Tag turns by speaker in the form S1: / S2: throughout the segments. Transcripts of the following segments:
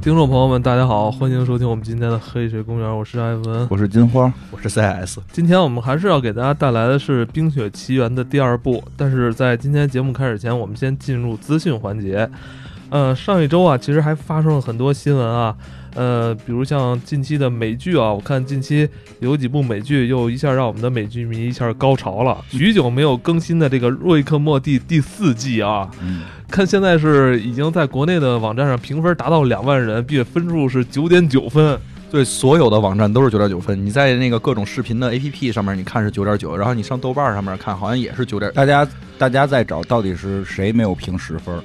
S1: 听众朋友们，大家好，欢迎收听我们今天的《黑水公园》，我是艾文。
S2: 我是金花，我是 CIS，
S1: 今天我们还是要给大家带来的是《冰雪奇缘》的第二部，但是在今天节目开始前，我们先进入资讯环节。呃，上一周啊，其实还发生了很多新闻啊，呃，比如像近期的美剧啊，我看近期有几部美剧又一下让我们的美剧迷一下高潮了。许久没有更新的这个《瑞克莫蒂》第四季啊，
S2: 嗯，
S1: 看现在是已经在国内的网站上评分达到两万人，并且分数是九点九分。
S2: 对，所有的网站都是九点九分。你在那个各种视频的 APP 上面，你看是九点九，然后你上豆瓣上面看，好像也是九点。
S3: 大家大家在找到底是谁没有评十分儿，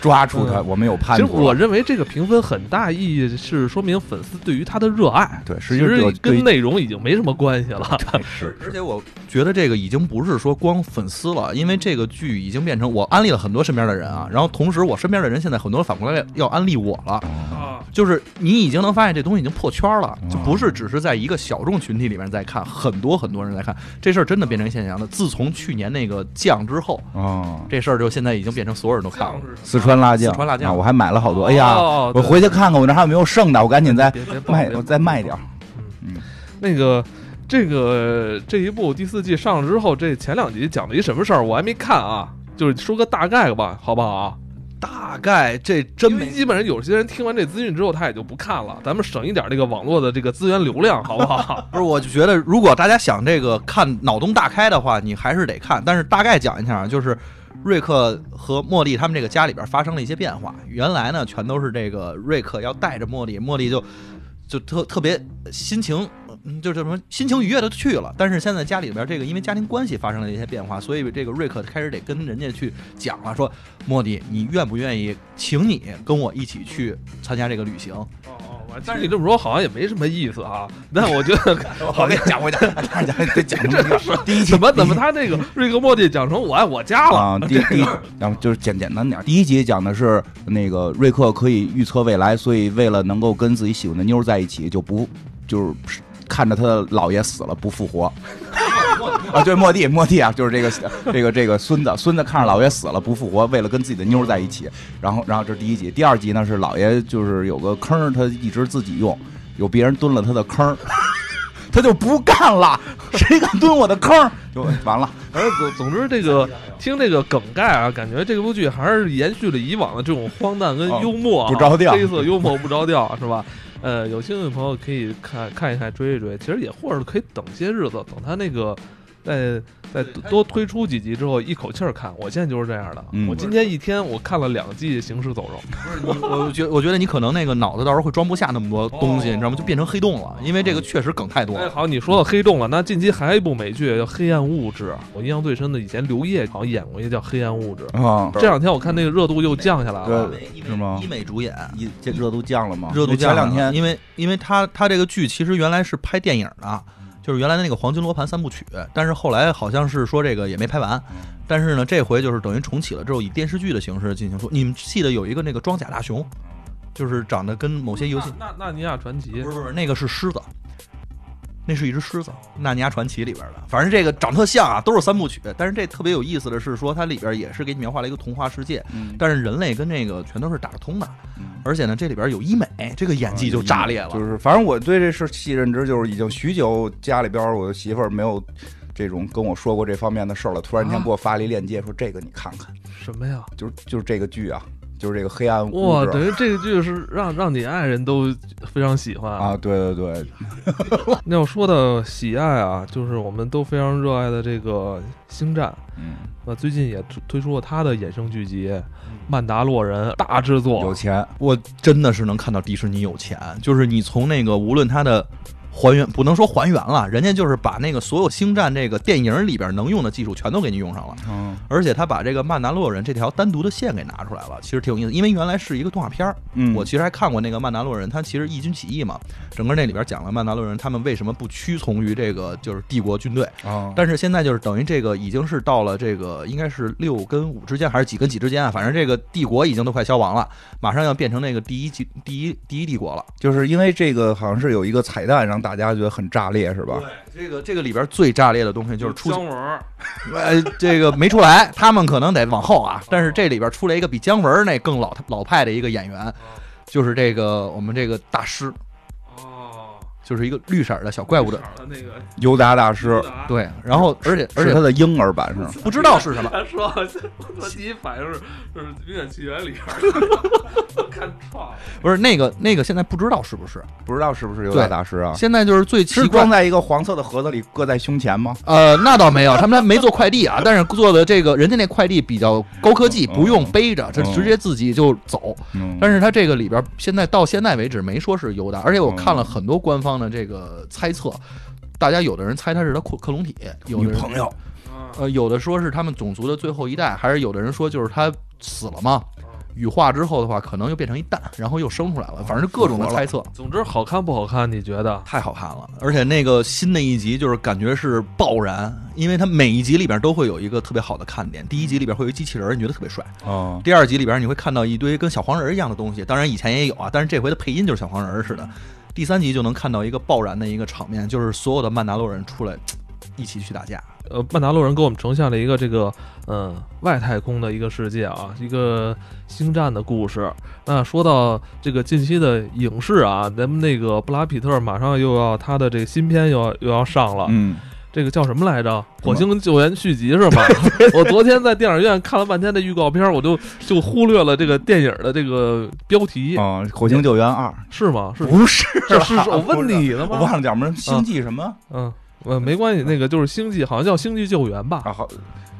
S3: 抓住他，
S1: 嗯
S3: 我们有
S1: 其
S3: 判
S1: 实我
S3: 断。
S1: 认为这个评分很大意义是说明粉丝对于他的热爱，
S3: 对，
S1: 其
S3: 实际上
S1: 实
S3: 有
S1: 跟
S3: 对
S1: 内容已经没什么关系 了。
S3: 是
S2: 而且我觉得这个已经不是说光粉丝了，因为这个剧已经变成我安利了很多身边的人啊，然后同时我身边的人现在很多反过来要安利我了，
S1: 啊，
S2: 就是你已经能发现这东西已经破圈了，
S3: 嗯
S2: 就不是只是在一个小众群体里面在看，很多很多人在看，这事儿真的变成现象了。自从去年那个酱之后，
S3: 哦，
S2: 这事儿就现在已经变成所有人都看了。
S3: 四川辣酱，
S2: 四川辣酱
S3: 啊我还买了好多。哎呀，
S1: 哦
S3: 我回去看看我那还有没有剩的，我赶紧再
S1: 别别报
S3: 卖，
S1: 别
S3: 我再 卖点儿。
S1: 那个。这个这一部第四季上了之后，这前两集讲了一什么事儿？我还没看啊，就是说个大概吧，好不好啊？
S2: 大概这真
S1: 因为
S2: 没
S1: 基本上有些人听完这资讯之后，他也就不看了。咱们省一点这个网络的这个资源流量，好不好？
S2: 不是，我就觉得如果大家想这个看脑洞大开的话，你还是得看。但是大概讲一下啊，就是瑞克和茉莉他们这个家里边发生了一些变化。原来呢，全都是这个瑞克要带着茉莉，茉莉就就特特别心情，嗯就是什么心情愉悦的去了。但是现在家里边这个因为家庭关系发生了一些变化，所以这个瑞克开始得跟人家去讲了，说茉莉，你愿不愿意，请你跟我一起去参加这个旅行？
S1: 哦哦，我但是你这么说好像也没什么意思啊。但我觉 得好像
S3: 讲回去，讲讲得讲这个第一集
S1: 怎么怎么他这个瑞克莫蒂讲成我爱我家了？
S3: 啊，第第，然后就是简简单点儿。第一集讲的是那个瑞克可以预测未来，所以为了能够跟自己喜欢的妞儿在一起，就不就是看着他的姥爷死了不复活。 啊，对，莫蒂，莫蒂啊，就是这个这个这个孙子，孙子看着姥爷死了不复活，为了跟自己的妞儿在一起。然后，然后这是第一集，第二集呢是姥爷就是有个坑儿，他一直自己用，有别人蹲了他的坑儿， 他就不干了，谁敢蹲我的坑儿就完了。
S1: 反正总总之这个听这个梗概啊，感觉这部剧还是延续了以往的这种荒诞跟幽默、啊
S3: 哦不着调
S1: 黑色幽默不着调是吧？呃，有兴趣的朋友可以看看一看，追一追。其实也或者可以等些日子，等他那个再再多推出几集之后，一口气儿看。我现在就是这样的，
S3: 嗯
S1: 我今天一天我看了两季《行尸走肉
S2: 你我觉我觉得你可能那个脑子到时候会装不下那么多东西，
S1: 哦
S2: 你知道吗？就变成黑洞了，因为这个确实梗太》。多
S1: 哎，
S2: 了。
S1: 好，你说到黑洞了，那近期还有一部美剧叫《黑暗物质》，我印象最深的，以前刘烨好像演过一个叫《黑暗物质》。
S3: 啊，
S1: 这两天我看那个热度又降下来了，
S3: 对是吗
S2: 医美主演，
S3: 一这热度降了吗？
S2: 热度
S3: 前
S2: 降
S3: 两
S2: 了
S3: 天
S2: 因为因为他他这个剧其实原来是拍电影的，就是原来的那个《黄金罗盘》三部曲，但是后来好像是说这个也没拍完。但是呢，这回就是等于重启了之后，以电视剧的形式进行说。你们记得有一个那个装甲大熊，就是长得跟某些游戏
S1: 哎那那那尼亚传奇
S2: 不是不是，那个是狮子，那是一只狮子，《纳尼亚传奇》里边的。反正这个长特像啊，都是三部曲。但是这特别有意思的是说，它里边也是给你描画了一个童话世界，
S3: 嗯
S2: 但是人类跟那个全都是打得通的。
S3: 嗯
S2: 而且呢，这里边有医美，这个演技就炸裂了。
S3: 就是反正我对这事戏认知就是已经许久，家里边儿我的媳妇儿没有这种跟我说过这方面的事儿了，突然间
S2: 啊
S3: 给我发了一链接，说这个你看看，
S1: 什么呀？
S3: 就是就是这个剧啊，就是这个黑暗物
S1: 哇，
S3: 质啊
S1: 等于这个剧是让让你爱人都非常喜欢！
S3: 啊，对对对，
S1: 那要说到喜爱啊，就是我们都非常热爱的这个《星战》，
S3: 嗯，
S1: 那最近也推推出了他的衍生剧集《曼达洛人》，大制
S3: 有
S1: 作。
S3: 钱，
S2: 我真的是能看到迪士尼有钱，就是你从那个无论它的。还原不能说还原了，人家就是把那个所有星战这个电影里边能用的技术全都给你用上了。
S3: 嗯
S2: 而且他把这个曼达洛人这条单独的线给拿出来了，其实挺有意思，因为原来是一个动画片儿。
S3: 嗯，
S2: 我其实还看过那个曼达洛人，他其实义军起义嘛，整个那里边讲了曼达洛人他们为什么不屈从于这个就是帝国军队，
S3: 啊，
S2: 但是现在就是等于这个已经是到了这个应该是六跟五之间还是几跟几之间啊，反正这个帝国已经都快消亡了，马上要变成那个第一帝第一第一帝国了。
S3: 就是因为这个好像是有一个彩蛋，让让大家觉得很炸裂，是吧？
S2: 这个这个里边最炸裂的东西就是出
S1: 姜文儿，
S2: 呃，这个没出来，他们可能得往后啊。但是这里边出来一个比姜文那更老老派的一个演员，就是这个我们这个大师，
S1: 哦，
S2: 就是一个绿色的小怪物的，
S1: 的那个
S3: 尤达大师，
S2: 对。然后而且而
S3: 是他
S2: 且
S3: 的婴儿版是吗？
S2: 不知道是什么，
S1: 他说好像我第一反应是是《冰雪奇缘》里边儿 看串
S2: 不是那个那个现在不知道是不是，
S3: 不知道是不是尤达大师啊？
S2: 现在就是最奇
S3: 是
S2: 怪
S3: 装。在一个黄色的盒子里，搁在胸前吗？
S2: 呃，那倒没有，他们还没做快递啊，但是做的这个人家那快递比较高科技，
S3: 嗯
S2: 不用背着，这
S3: 嗯
S2: 直接自己就走。
S3: 嗯，
S2: 但
S3: 是
S2: 是它这个里边现在到现在为止没说是尤达，而且
S3: 嗯
S2: 我看了很多官方的这个猜测，大家有的人猜它是它克克隆体，有
S3: 女
S2: 的人
S3: 朋友
S1: 啊，
S2: 呃有的说是他们种族的最后一代，还是有的人说就是它死了嘛
S1: 嗯，
S2: 羽化之后的话可能又变成一蛋，然后又生出来了，反正是各种的猜测。
S1: 总之好看不好看？你觉得？
S2: 太好看了，而且那个新的一集就是感觉是爆燃，因为它每一集里边都会有一个特别好的看点。第一集里边会有一机器人儿，你觉得特别帅；
S3: 啊，
S2: 第二集里边你会看到一堆跟小黄人儿一样的东西，当然以前也有啊，但是这回的配音就是小黄人儿似的。第三集就能看到一个爆燃的一个场面，就是所有的曼达洛人出来嘖一起去打架。
S1: 呃，曼达洛人给我们呈现了一个这个嗯、呃外太空的一个世界啊，一个星战的故事。那说到这个近期的影视啊，咱们那个布拉皮特马上又要他的这个新片又要又要上了，
S3: 嗯，
S1: 这个叫什么来着？火星救援续集是 吗？我昨天在电影院看了半天的预告片，我就就忽略了这个电影的这个标题，
S3: 啊，嗯《火星救援二》
S1: 是吗？是
S3: 不是
S1: 是
S3: 吧
S1: 是是我问你呢
S3: 我
S1: 吗？啊
S3: 忘了叫什么星际什么
S1: 嗯。呃，没关系，那个就是星际，好像叫星际救援吧，
S3: 啊？好，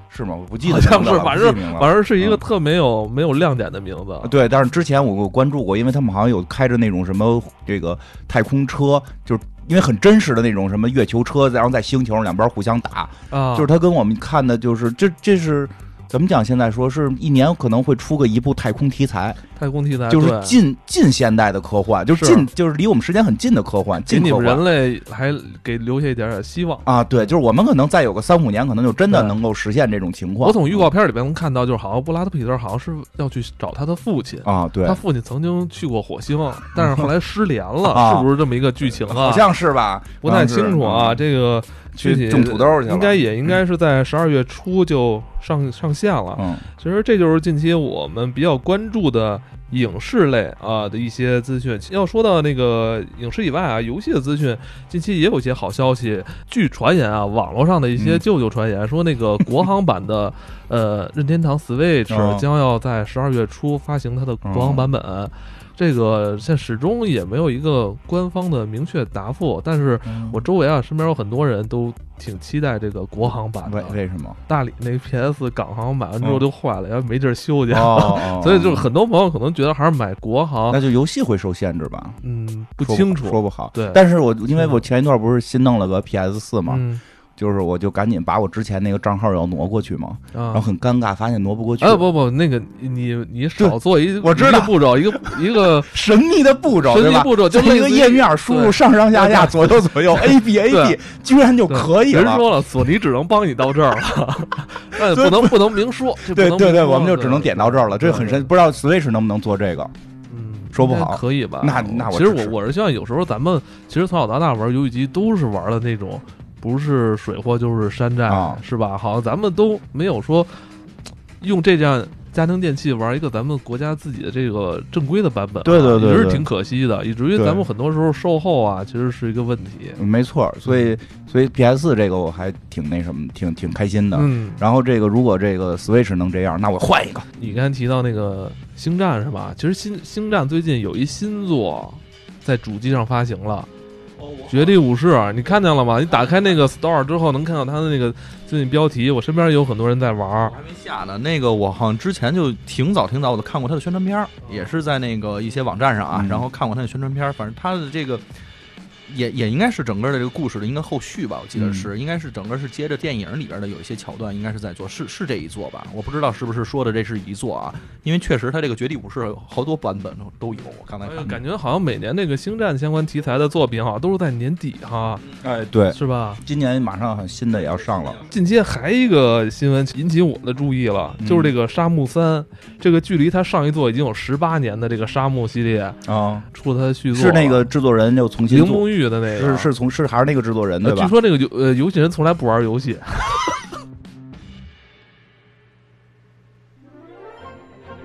S3: 是吗？我不记得
S1: 好
S3: 名字
S1: 像
S3: 了，
S1: 是，反正
S3: 不记名了
S1: 反正是一个
S3: 嗯
S1: 特没有没有亮点的名字。
S3: 对，但是之前我我关注过，因为他们好像有开着那种什么这个太空车，就是因为很真实的那种什么月球车，然后在星球上两边互相打，
S1: 啊，
S3: 就是他跟我们看的，就是这这是怎么讲？现在说是一年可能会出个一部太空题材，
S1: 太空题材，
S3: 就是
S1: 啊对
S3: 近近现代的科幻，就是
S1: 是
S3: 近就是离我们时间很近的科幻，
S1: 给
S3: 近
S1: 你
S3: 科
S1: 们人
S3: 幻。
S1: 类还给留下一点点希望。
S3: 啊，对，就是我们可能再有个三五年，可能就真的
S1: 对
S3: 能够实现这种情况。
S1: 我从预告片里边能看到，就是好像布拉德皮特好像是要去找他的父亲，
S3: 啊，对
S1: 他，父亲曾经去过火星，但是后来失联了，
S3: 啊
S1: 是不是这么一个剧情啊
S3: 好？像是吧，
S1: 不太
S3: 好像是
S1: 清楚啊，，这个具体
S3: 嗯去种土豆去了
S1: 应该也应该是在十二月初就上上线了。
S3: 嗯
S1: 其实这就是近期我们比较关注的影视类啊的一些资讯。要说到那个影视以外啊，游戏的资讯，近期也有一些好消息。据传言啊，网络上的一些
S3: 嗯
S1: 舅舅传言说，那个国行版 的呃任天堂 Switch
S3: 哦
S1: 将要在十二月初发行它的国行版本。这个现在始终也没有一个官方的明确答复，但是
S3: 嗯，
S1: 我周围啊，身边有很多人都挺期待这个国行版
S3: 嗯为
S1: 的。啊
S3: 为什么？
S1: 大理那 PS 港行买完之后
S3: 嗯
S1: 就坏了，然后没地儿修 去，
S3: 哦
S1: 所以就是很多朋友可能觉得还是买国行，
S3: 那就游戏会受限制吧？
S1: 嗯，不
S3: 不
S1: 清
S3: 说
S1: 楚。
S3: 不好。
S1: 对
S3: 但是我因为我前一段不是新弄了个 PS 四嘛，
S1: 嗯
S3: 就是我就赶紧把我之前那个账号要挪过去嘛，然后
S1: 啊，
S3: 很尴尬，发现挪不过去。
S1: 哎不不，那个你你少做一
S3: 我知
S1: 一个
S3: 道
S1: 步骤，一 个一个
S3: 神秘的步骤，
S1: 神
S3: 对
S1: 奇
S3: 吧？
S1: 步骤，就
S3: 一
S1: 类
S3: 个
S1: 似于
S3: 页面输入
S1: 对
S3: 上上下下
S1: 对
S3: 左 右左右 A B A
S1: 对
S3: B，居然就可以
S1: 人
S3: 了。
S1: 说了，索尼只能帮你到这儿了， 但
S3: 所
S1: 不
S3: 以
S1: 能不能明说。这不
S3: 对
S1: 能
S3: 对
S1: 明
S3: 对，
S1: 说
S3: 我们就只能点到这儿了，
S1: 对
S3: 这很
S1: 对
S3: 神，不知道 Switch 能不能做这个？
S1: 嗯，
S3: 说不好
S1: 应该可以吧？
S3: 那那
S1: 其
S3: 我
S1: 实
S3: 支
S1: 我
S3: 持
S1: 我是希望有时候咱们其实从小到大玩游戏机都是玩的那种，不是水货就是山寨，
S3: 啊
S1: 是吧？好像咱们都没有说用这样家庭电器玩一个咱们国家自己的这个正规的版本啊、
S3: 对对对
S1: 也是
S3: 对
S1: 挺可惜的，以至于
S3: 对嗯
S1: 咱们很多时候售后啊，其实是一个问题。
S3: 没错，
S1: 嗯
S3: 所以所以 PS 四这个我还挺那什么，挺挺开心的。
S1: 嗯，
S3: 然后这个如果这个 Switch 能这样，那我换一个。
S1: 你刚才提到那个《星战》是吧？其实新《星战》最近有一新作在主机上发行了，《绝地武士》，啊你看见了吗？你打开那个 Store 之后，能看到它的那个最近标题。我身边有很多人在玩儿
S2: 我，还没下呢，那个我好像之前就挺早挺早，我都看过他的宣传片儿，也是在那个一些网站上啊，
S3: 嗯
S2: 然后看过他的宣传片儿，反正他的这个。也也应该是整个的这个故事的应该后续吧，我记得是、应该是整个是接着电影里边的有一些桥段，应该是在做，是是这一座吧？我不知道是不是说的这是一座啊，因为确实他这个《绝地武士》好多版本都有，我刚才
S1: 哎
S2: 看
S1: 呦
S2: 到、
S1: 感觉好像每年那个星战相关题材的作品，好啊像都是在年底哈，
S3: 哎，对，
S1: 是吧？
S3: 今年马上新的也要上了。
S1: 近期还一个新闻引起我的注意了，
S3: 嗯
S1: 就是这个《沙漠三》，这个距离它上一座已经有十八年的这个《沙漠》系列
S3: 啊、
S1: 嗯出它的续作了，
S3: 是那个制作人又重新
S1: 铃
S3: 做
S1: 木玉剧的那
S3: 是
S1: 个，
S3: 是从是还是那个制作人对
S1: 呃。
S3: 吧
S1: 据？说这个游呃游戏人从来不玩游戏，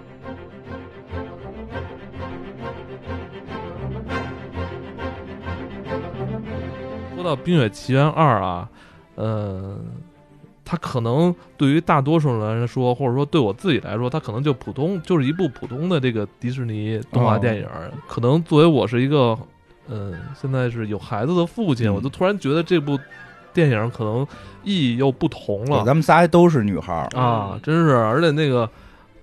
S1: 说到《冰雪奇缘二》啊，呃，它可能对于大多数人来说，或者说对我自己来说，它可能就普通，就是一部普通的这个迪士尼动
S3: 哦
S1: 画电影儿。可能作为我是一个，嗯、现在是有孩子的父亲，
S3: 嗯
S1: 我就突然觉得这部电影可能意义又不同
S3: 对
S1: 了
S3: 咱们仨都是女孩儿，
S1: 啊！真是，而且那个。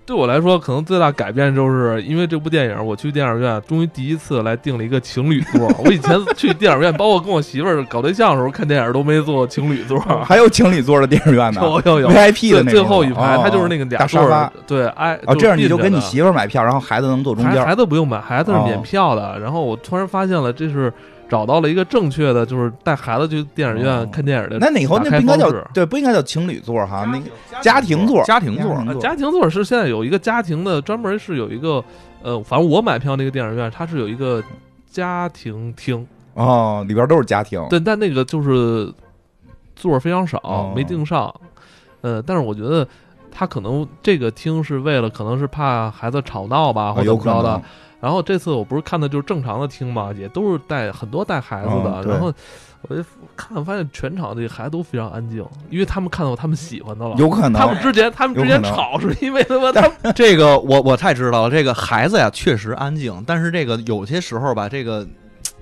S1: 对我来说，可能最大改变就是因为这部电影，我去电影院终于第一次来订了一个情侣 座。我以前去电影院，包括跟我媳妇儿搞对象的时候看电影都没坐情侣 座。
S3: 还有情侣座的电影院呢
S1: 有有有，
S3: ，VIP 的
S1: 对
S3: 那种
S1: 最后一排，他就是那个
S3: 哦
S1: 俩
S3: 大
S1: 座
S3: 沙发
S1: 儿，，对，哎，
S3: 哦，这样你
S1: 并
S3: 就
S1: 着
S3: 跟你
S1: 的
S3: 媳妇儿买票，然后孩子能坐中
S1: 孩
S3: 间儿。
S1: 孩子不用买，孩子是免
S3: 哦
S1: 票的。然后我突然发现了，这是找到了一个正确的，就是带孩子去电影
S3: 哦
S1: 院看电影的打
S3: 那
S1: 开方式。
S3: 那以后那不应该叫对，不应该叫情侣座哈， 那个家庭座，
S2: 啊家庭座
S1: 呃家庭座是现在有一个家庭的，专门是有一个呃，反正我买票那个电影院，它是有一个家庭厅，
S3: 哦，里边都是家庭。
S1: 但但那个就是座儿非常少
S3: 哦，
S1: 没订上。呃，但是我觉得他可能这个厅是为了，可能是怕孩子吵闹吧，
S3: 啊
S1: 或者怎
S3: 有
S1: 么
S3: 可
S1: 着的
S3: 能。
S1: 然后这次我不是看的就是正常的厅嘛，也都是带很多带孩子的，
S3: 嗯对
S1: 然后我就看发现全场这孩子都非常安静，因为他们看到他们喜欢的了。
S3: 有可能
S1: 他们之前他们之
S3: 有可
S1: 前
S3: 能
S1: 吵是因为他妈他们
S2: 这个我我太知道了，这个孩子呀确实安静，但是这个有些时候吧，这个嘖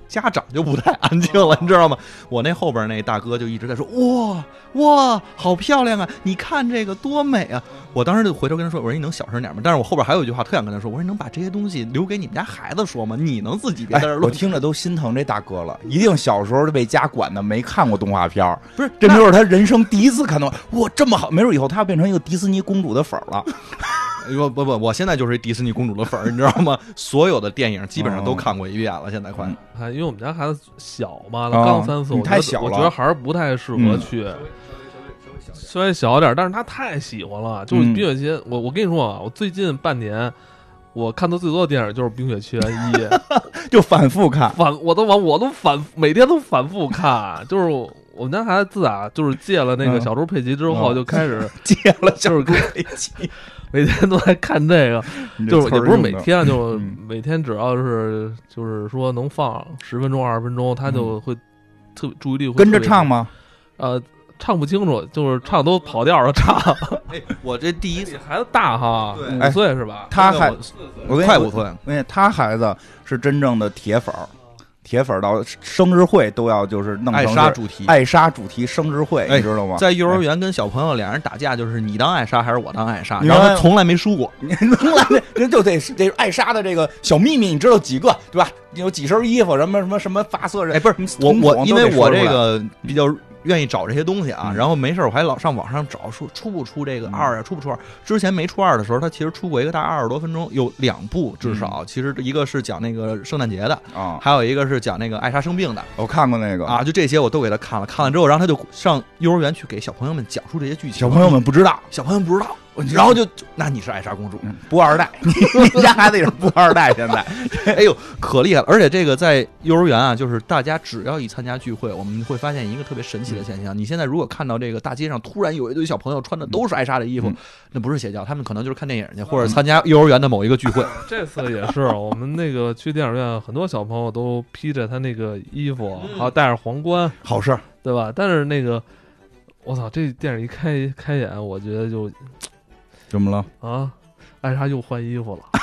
S2: 家长就不太安静了，你知道吗？我那后边那大哥就一直在说哇哇，好漂亮啊！你看这个多美啊！我当时就回头跟他说，我说你能小声点吗？但是我后边还有一句话特想跟他说，我说你能把这些东西留给你们家孩子说吗？你能自己别
S3: 哎
S2: 在这儿，
S3: 我
S2: 乱、
S3: 听着都心疼这大哥了，一定小时候就被家管的，没看过动画片儿
S2: 不是
S3: 这没准儿他人生第一次看动画，哇，这么好，没准儿以后他要变成一个迪士尼公主的粉儿了。
S2: 不哎不不，我现在就是一迪士尼公主的粉儿，你知道吗？ 所有的电影基本上都
S3: 哦
S2: 看过一遍了，现在快。
S3: 嗯
S1: 哎，因为我们家孩子小嘛，
S3: 啊
S1: 刚三岁，
S3: 你
S1: 我觉
S3: 太
S1: 得
S3: 小
S1: 我
S3: 了
S1: 觉得还是不太适合
S3: 嗯
S1: 去。稍微小点儿，但是他太喜欢了，就是《
S3: 嗯
S1: 冰雪奇缘》。我我跟你说啊，我最近半年我看的最多的电影就是《冰雪奇缘一》，
S3: 就反复看。
S1: 反我都往我都反每天都反复看。就是我们家孩子自打就是戒了那个
S3: 嗯
S1: 小猪佩奇之后，
S3: 嗯
S1: 就开 始
S3: 戒了小
S1: 就是
S3: 飞机，
S1: 每天都在看这个，
S3: 你这
S1: 就是
S3: 词
S1: 也不
S3: 儿
S1: 是
S3: 用
S1: 每
S3: 的
S1: 天啊，就
S3: 嗯
S1: 每天只要是就是说能放十分钟二十分钟，他就会特别注意力会
S3: 嗯跟着
S1: 特别
S3: 唱吗？
S1: 呃，唱不清楚，就是唱都跑调了 唱。
S2: 哎，我这第一
S1: 比
S2: 次
S1: 孩子大哈，
S2: 对
S3: 哎
S1: 五岁是吧？
S3: 他还
S2: 我
S3: 我跟你
S2: 快五岁。
S3: 而且他孩子是真正的铁粉儿，铁粉儿到生日会都要就是弄
S2: 爱
S3: 成
S2: 莎
S3: 是
S2: 主题，
S3: 爱莎主题生日会，
S2: 哎
S3: 你知道吗？
S2: 在幼儿园跟小朋友俩人打架，就是你当艾莎还是我当艾莎，
S3: 你
S2: 然后
S3: 看
S2: 他从来没输过。
S3: 从来没人就得得爱莎的这个小秘密，你知道几个对吧？有几身衣服，什么什么什么发色，
S2: 哎，不是
S3: 什么
S2: 我
S3: 瞳
S2: 我，
S3: 孔
S2: 因
S3: 都
S2: 为
S3: 得
S2: 我
S3: 说出
S2: 这
S3: 来
S2: 个比较愿意找这些东西啊，
S3: 嗯
S2: 然后没事儿我还老上网上找，说出不出这个
S3: 嗯
S2: 二啊，出不出二？之前没出二的时候，他其实出过一个大概二十多分钟，有两部至
S3: 嗯
S2: 少，其实一个是讲那个圣诞节的，
S3: 啊，
S2: 还有一个是讲那个艾莎生病的
S3: 我看过那个，
S2: 哎啊，就这些我都给他看了，看了之后，然后他就上幼儿园去给小朋友们讲述这些剧情，
S3: 小朋友们不知道，
S2: 小朋友们不知道，然后就就那你是艾莎公主，
S3: 嗯不二代，你你家孩子也是不二代，现在
S2: 哎呦，可厉害了！而且这个在幼儿园啊，就是大家只要一参加聚会，我们会发现一个特别神奇的现象。你现在如果看到这个大街上突然有一堆小朋友穿的都是艾莎的衣服，
S3: 嗯
S2: 那不是邪教，他们可能就是看电影去，或者参加幼儿园的某一个聚会。
S1: 这次也是我们那个去电影院，很多小朋友都披着他那个衣服，
S2: 嗯
S1: 还有戴着皇冠，
S2: 好事儿，
S1: 对吧？但是那个，我操，这电影一开开演，我觉得就
S3: 怎么 了？
S1: 啊，艾莎又换衣服了，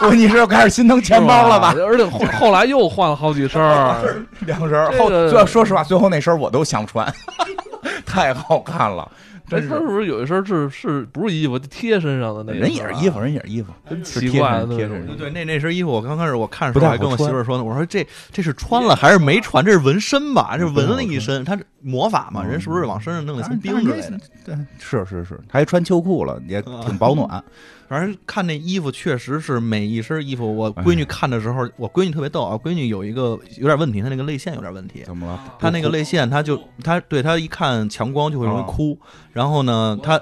S3: 我你是要开始心疼 钱包了吧
S1: 是？而且后 后来又换了好几身 儿，
S3: 两身儿
S1: 这
S3: 后，
S1: 个
S3: 最说实话，最后那身儿我都想穿， 太好看了，
S1: 哎，
S3: 真
S1: 他
S3: 是。
S1: 是不是有一身儿是是不是衣服就贴身上的那个？
S3: 人也是衣服，，人也是衣服，
S1: 真
S3: 是
S1: 奇
S3: 贴
S1: 怪
S3: 身
S1: 的
S3: 贴
S1: 那
S3: 身
S1: 种
S2: 对，那那身衣服我刚开始我看的时
S3: 不
S2: 候，
S3: 太好
S2: 我还跟我媳
S3: 穿
S2: 妇儿说呢，我说这这是穿了还是没穿？这是纹身吧？这
S3: 不太
S2: 纹
S3: 好
S2: 了一身，他魔法嘛，
S3: 嗯
S2: 人是不是往身上弄了一层冰之类的？
S3: 对，是是是，还穿秋裤了，也挺保暖。
S2: 反正看那衣服确实是每一身衣服，我闺女看的时候，我闺女特别逗啊，闺女有一个有点问题，她那个泪腺有点问题，
S3: 怎么了？
S1: 哦
S2: 她那个泪腺，她就她对她一看强光就会容易哭，然后呢，她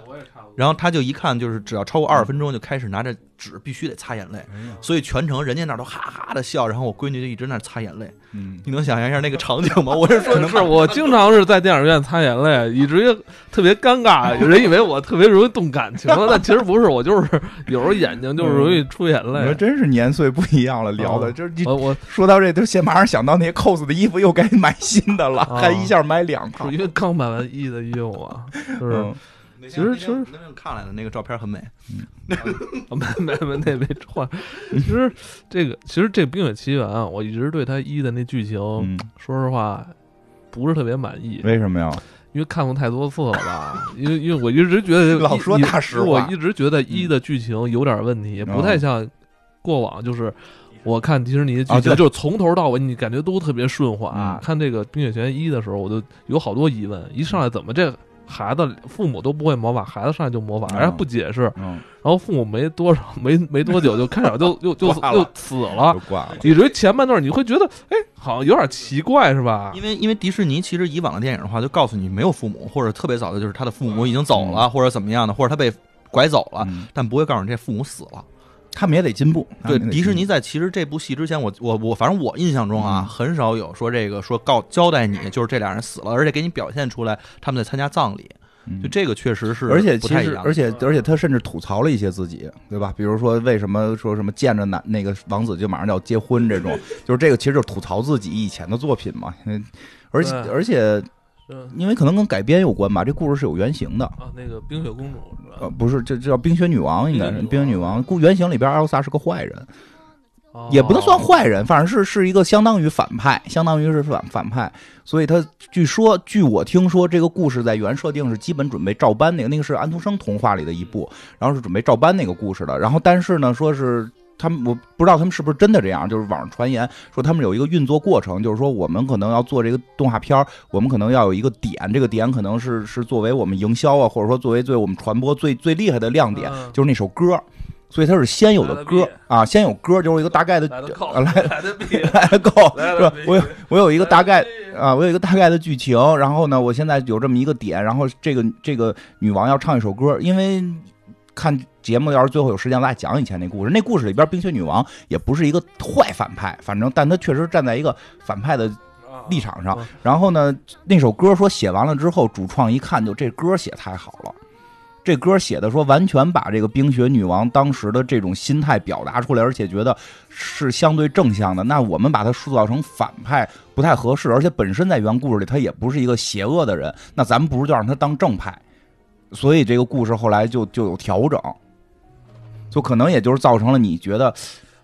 S2: 然后他就一看，就是只要超过二十分钟，就开始拿着纸必须得擦眼泪，所以全程人家那儿都哈哈的笑，然后我闺女就一直那儿擦眼泪。
S3: 嗯，
S2: 你能想象一下那个场景吗？我是 说，
S1: 可能是我经常是在电影院擦眼泪，以至于特别尴尬。有人以为我特别容易动感情了，但其实不是，我就是有时候眼睛就是容易出眼
S3: 你说
S1: 泪。
S3: 真是年岁不一样了，聊的
S1: 哦
S3: 就是你
S1: 我我
S3: 说到这，就先马上想到那些 cos 的衣服又该买新的了，
S1: 哦
S3: 还一下买两套
S1: 是因。为刚买完 E 的衣服 嘛，就是
S3: 嗯，
S2: 其
S1: 其实其实
S2: 那天看来的那个照片很美，
S1: 没没没那没穿。其实这个其实这《冰雪奇缘》啊，我一直对它一的那剧情，
S3: 嗯，
S1: 说实话不是特别满意。
S3: 为什么呀？
S1: 因为看过太多次了吧？ 因为因为我一直觉得
S3: 老说
S1: 一
S3: 大实话嗯哦
S1: 我一直觉得一的剧情有点问题，不太像过往就是。我看迪士尼的剧
S3: 啊
S1: 情，
S3: 对
S1: 就是从头到尾，你感觉都特别顺滑、
S3: 嗯
S1: 看这个《冰雪奇缘一》的时候，我就有好多疑问：一上来怎么这孩子父母都不会魔法，孩子上来就魔法，
S3: 嗯
S1: 然后不解释，
S3: 嗯，
S1: 然后父母没多少， 没没多久就开始就 就就
S3: 挂了
S1: 就死了
S3: 就。挂了。
S1: 以至于前半段你会觉得，哎，好像有点奇怪，是吧？
S2: 因为因为迪士尼其实以往的电影的话，就告诉你没有父母，或者特别早的就是他的父母已经走
S1: 嗯
S2: 了，或者怎么样的，或者他被拐走了，
S3: 嗯
S2: 但不会告诉你这父母死了。
S3: 他们也得进步。他
S2: 对
S3: 们也得
S2: 迪士
S3: 进
S2: 尼在其实这部戏之前，我我我反正我印象中啊，
S3: 嗯
S2: 很少有说这个说告交代你就是这俩人死了，而且给你表现出来他们在参加葬礼，
S3: 步，嗯
S2: 就这个确实是
S3: 而且
S2: 不
S3: 其
S2: 太一
S3: 实，
S2: 样嗯
S3: 而。且而且他甚至吐槽了一些自己，对吧？比如说为什么说什么见着男那个王子就马上就要结婚这种， 就是这个其实就是吐槽自己以前的作品嘛。嗯而且
S1: 对
S3: 而且
S1: 嗯
S3: 因为可能跟改编有关吧，这故事是有原型的。
S1: 啊，那个冰雪公主是吧？
S3: 呃，不是，这这叫冰雪女王，应该是
S2: 嗯
S1: 冰雪女王
S3: 冰雪女王。故原型里边，艾欧萨是个坏人，
S1: 哦
S3: 也不能算坏人，反正是是一个相当于反派，相当于是反反派。所以他据说，据我听说，这个故事在原设定是基本准备照搬那个，那个是安徒生童话里的一部，然后是准备照搬那个故事的。然后但是呢，说是。他们我不知道他们是不是真的这样，就是网上传言说他们有一个运作过程，就是说我们可能要做这个动画片儿，我们可能要有一个点，这个点可能是是作为我们营销啊，或者说作为对我们传播最最厉害的亮点，
S1: 嗯
S3: 就是那首歌，所以它是先有的歌
S1: 来得
S3: 啊，先有歌就是一个大概的
S1: 来的
S3: 啊
S1: 靠，
S3: 来
S1: 来的 比，
S3: 来的够
S1: 来
S3: 是
S1: 的
S3: 吧
S1: 比，
S3: 我有我有一
S1: 一
S3: 个大概啊，我有一个大概的剧情，然后呢，我现在有这么一个点，然后这个这个女王要唱一首歌，因为看节目要是最后有时间，我俩讲以前那故事。那故事里边，冰雪女王也不是一个坏反派，反正但她确实站在一个反派的呃立场上
S1: 啊。
S3: 然后呢，那首歌说写完了之后，主创一看就这歌写太好了。这歌写的说完全把这个冰雪女王当时的这种心态表达出来，而且觉得是相对正向的。那我们把它塑造成反派不太合适，而且本身在原故事里他也不是一个邪恶的人，那咱们不如就让他当正派。所以这个故事后来就就有调整，就可能也就是造成了你觉得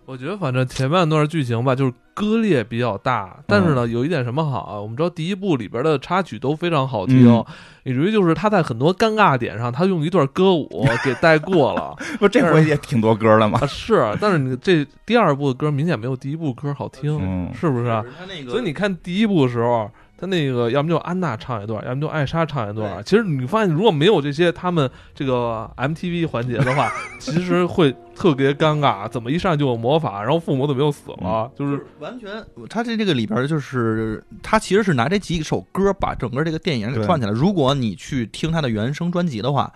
S1: 我觉得反正前半段剧情吧，就是割裂比较大，但是
S3: 嗯
S1: 呢，有一点什么好啊？我们知道第一部里边的插曲都非常好听
S3: 嗯，
S1: 以至于就是他在很多尴尬点上，他用一段歌舞 给带过了
S3: 不这回也挺多歌的嘛，
S1: 啊。是，但是你这第二部的歌明显没有第一部歌好听，
S3: 嗯，
S1: 是不是啊？
S2: 他那个
S1: 所以你看第一部的时候，他那个要么就安娜唱一段，要么就艾莎唱一段。啊其实你发现，如果没有这些他们这个 MTV 环节的话， 其实会特别尴尬。怎么一上来就有魔法，然后父母怎么又死
S2: 嗯
S1: 了？就是
S2: 完全，他这这个里边儿就是他其实是拿这几首歌把整个这个电影给
S3: 对
S2: 串起来。如果你去听他的原声专辑的话，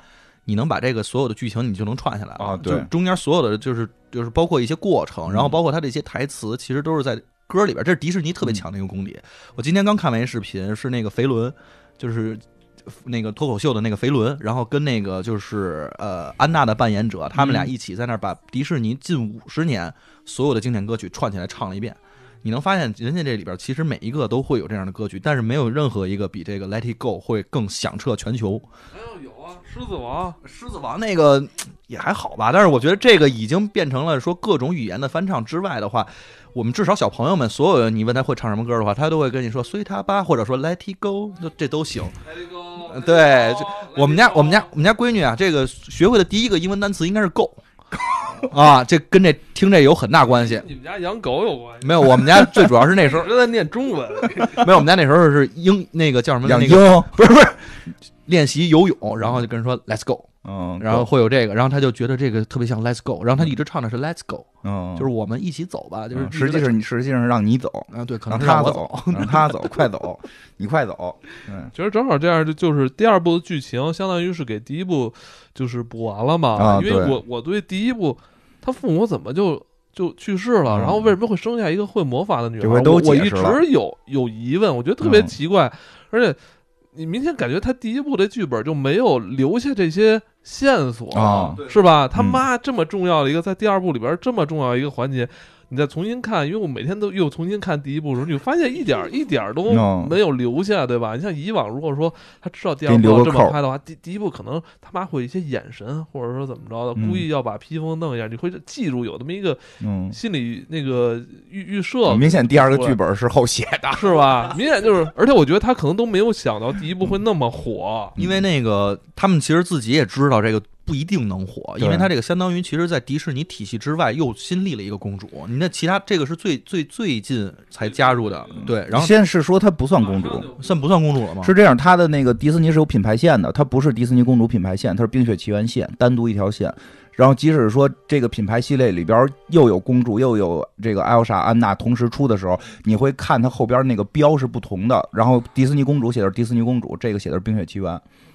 S2: 你能把这个所有的剧情你就能串下来了
S3: 啊对
S2: 就中间所有的就是就是包括一些过程，
S3: 嗯
S2: 然后包括他的一些台词，其实都是在歌里边儿。这是迪士尼
S3: 嗯
S2: 特别强的一个功底。我今天刚看完一视频，是那个肥伦，就是。那个脱口秀的那个肥伦，然后跟那个就是呃安娜的扮演者，他们俩
S3: 嗯
S2: 一起在那儿把迪士尼近五十年所有的经典歌曲串起来唱了一遍。你能发现，人家这里边其实每一个都会有这样的歌曲，但是没有任何一个比这个《Let It Go》会更响彻全球。
S1: 没有有啊，狮子王。
S2: 狮子王那个也还好吧，但是我觉得这个已经变成了说各种语言的翻唱之外的话，我们至少小朋友们所有人，你问他会唱什么歌的话，他都会跟你说“随他吧”或者说 “Let It Go”，就这都行。对这
S1: 哎
S2: 我们家我们家我们家闺女啊，这个学会的第一个英文单词应该是 “go” 啊，这跟这听这有很大关系。
S1: 你们家养狗有关系？
S2: 没有，我们家最主要是那时候
S1: 一直在念中文，
S2: 没有，我们家那时候是英那个叫什么
S3: 养
S2: 那
S3: 鹰
S2: 个。不是不是，练习游泳，然后就跟人说 Let's go，
S3: 嗯，
S2: 然后会有这个，然后他就觉得这个特别像 Let's Go，然后他一直唱的是 Let's Go，
S3: 嗯，
S2: 就是我们一起走吧，就是
S3: 嗯实际是你实际上让你走，
S2: 啊，对，可
S3: 让
S2: 能是
S3: 他
S2: 让我
S3: 走，让他走，快走，你快走，嗯
S1: 其实正好这样，就就是第二部的剧情，相当于是给第一部就是补完了嘛。
S3: 啊
S1: 因为
S3: 对
S1: 我我对第一部他父母怎么就就去世了，
S3: 嗯
S1: 然后为什么会生下一个会魔法的女孩，
S3: 这回都
S1: 我我
S3: 解
S1: 一
S3: 释了
S1: 直有有疑问，我觉得特别
S3: 嗯
S1: 奇怪，而且你明显感觉他第一部的剧本就没有留下这些线索
S3: 啊，
S1: 是吧？他妈这么重要的一个，在第二部里边这么重要一个环节，你再重新看，因为我每天都又重新看第一部的时候，你就发现一点儿一点儿都
S3: 嗯
S1: 没有留下，对吧？你像以往，如果说他知道第二
S3: 给
S1: 部
S3: 你
S1: 要
S3: 留个
S1: 这
S3: 扣
S1: 么
S3: 儿
S1: 拍的话，第第一部可能他妈会有一些眼神，或者说怎么着的，
S3: 嗯
S1: 故意要把披风弄一下，你会记住有那么一个
S3: 嗯，
S1: 心理那个预预设，
S3: 明显第二个剧本是后写的，
S1: 是吧？ 明显就是，而且我觉得他可能都没有想到第一部会那么火，
S2: 因为那个他们其实自己也知道这个不一定能火，
S3: 对
S2: 因为他这个相当于其实，在迪士尼体系之外又新立了一个公主。你那其他这个是最最最近才加入的，对，然后啊
S3: 先是说她不算公主，
S2: 算不算公主了吗？
S3: 是这样，它的那个迪士尼是有品牌线的，它不是迪士尼公主品牌线，它是冰雪奇缘线，单独一条线。然后即使说这个品牌系列里边又有公主又有这个艾欧莎安娜同时出的时候，你会看它后边那个标是不同的。然后迪士尼公主写的是迪士尼公主，这个写的是冰雪奇缘。